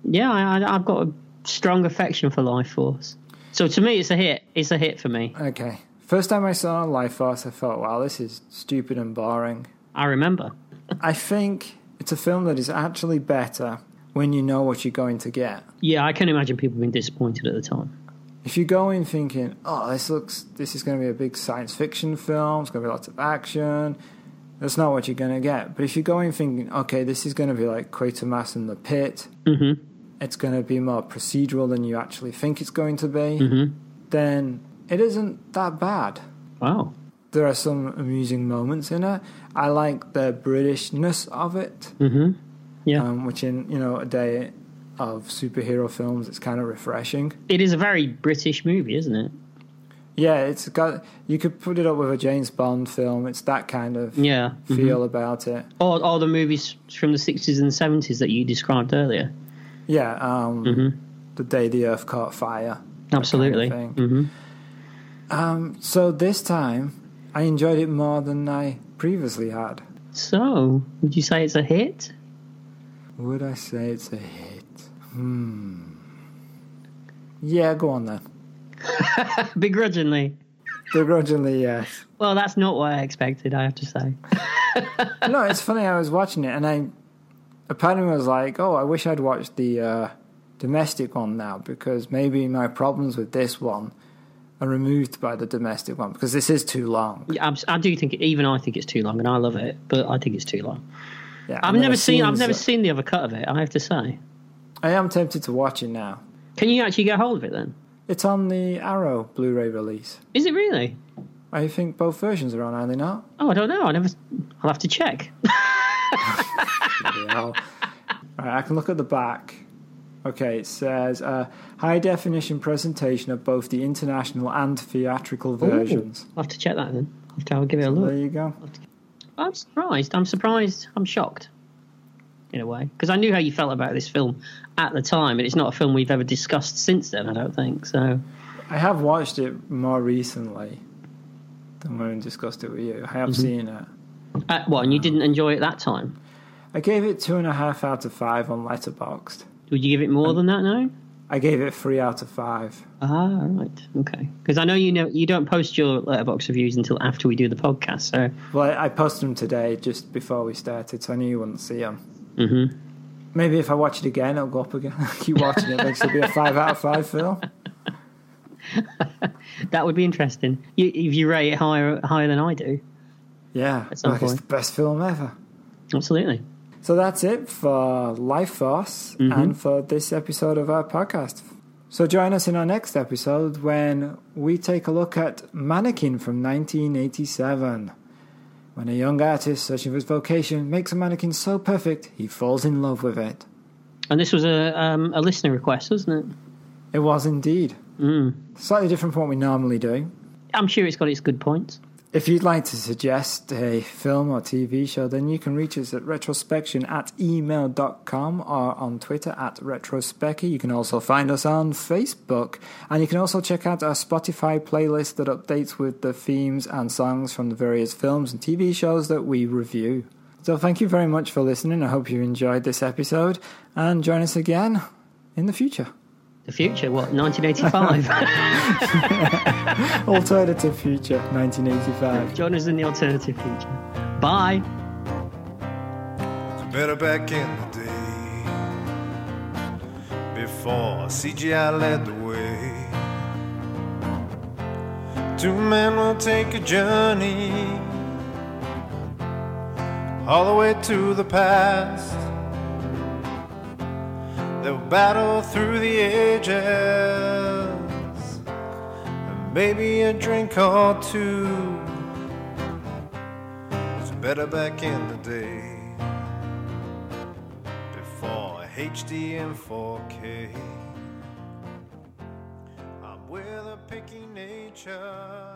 yeah, I, I, I've got a strong affection for Life Force. So to me, it's a hit. It's a hit for me. Okay. First time I saw Life Force, I thought, wow, this is stupid and [laughs] boring. I remember. I think it's a film that is actually better when you know what you're going to get. Yeah, I can imagine people being disappointed at the time. If you go in thinking, oh, this looks, this is going to be a big science fiction film, it's going to be lots of action, that's not what you're going to get. But if you go in thinking, okay, this is going to be like Quatermass in the Pit, Mm-hmm. it's going to be more procedural than you actually think it's going to be, mm-hmm. then it isn't that bad. Wow. There are some amusing moments in it. I like the Britishness of it, Mm-hmm. Yeah. um, which in you know a day of superhero films, it's kind of refreshing. It is a very British movie, isn't it? Yeah, it's got. You could put it up with a James Bond film. It's that kind of Yeah. Mm-hmm. feel about it. Or, or the movies from the 60s and 70s that you described earlier. Yeah, um, the day the Earth caught fire. that Absolutely. kind of thing. hmm So this time, I enjoyed it more than I previously had. So, would you say it's a hit? [laughs] Would I say it's a hit? Hmm. Yeah, go on then. Begrudgingly. Begrudgingly, yes. Well, that's not what I expected, I have to say. no, it's funny. I was watching it, and I, a part of me was like, "Oh, I wish I'd watched the uh, domestic one now because maybe my problems with this one are removed by the domestic one because this is too long." Yeah, abs- I do think, even I think it's too long, and I love it, but I think it's too long. Yeah, I've and there never are seen, I've scenes never that- seen the other cut of it. I have to say, I am tempted to watch it now. can you actually get hold of it then? It's on the Arrow Blu-ray release. Is it really? I think both versions are on, are they [laughs] not? Oh, I don't know. I never. I'll have to check. [laughs] Bloody hell. All right, I can look at the back. Okay, it says uh, high definition presentation of both the international and theatrical versions. I'll have to check that then. I'll have to I'll give it a There look. you go. I'm surprised. I'm surprised. I'm shocked, in a way, because I knew how you felt about this film at the time, and it's not a film we've ever discussed since then. I don't think so. I have watched it more recently than when I discussed it with you. I have Mm-hmm. seen it. Uh, what? And you didn't enjoy it that time? I gave it two and a half out of five on Letterboxd. Would you give it more than that now? I gave it three out of five. Ah, right. Okay. Because I know you know you don't post your letterbox reviews until after we do the podcast. So Well, I, I posted them today just before we started, so I knew you wouldn't see them. Mhm. Maybe if I watch it again, it'll go up again. [laughs] Keep watching it, makes it be a five out of five [laughs] film. that would be interesting. You, if you rate it higher higher than I do, Yeah, At some like it's point. the best film ever. absolutely. So that's it for Life Force and for this episode of our podcast. So join us in our next episode when we take a look at Mannequin from 1987. When a young artist searching for his vocation makes a mannequin so perfect he falls in love with it. And this was a um, a listener request, wasn't it? Mm. It was indeed. Slightly different from what we normally do. I'm sure it's got its good points. If you'd like to suggest a film or TV show, then you can reach us at retrospection at email.com or on Twitter at retrospecky. You can also find us on Facebook. And you can also check out our Spotify playlist that updates with the themes and songs from the various films and TV shows that we review. So thank you very much for listening. I hope you enjoyed this episode and join us again in the future. The future, [laughs] what 1985? Alternative Future 1985. Join us in the alternative future. Bye. Better back in the day before CGI led the way. Two men will take a journey all the way to the past. They'll battle through the ages and maybe a drink or two. It's better back in the day before HD and 4K. I'm with a picky nature.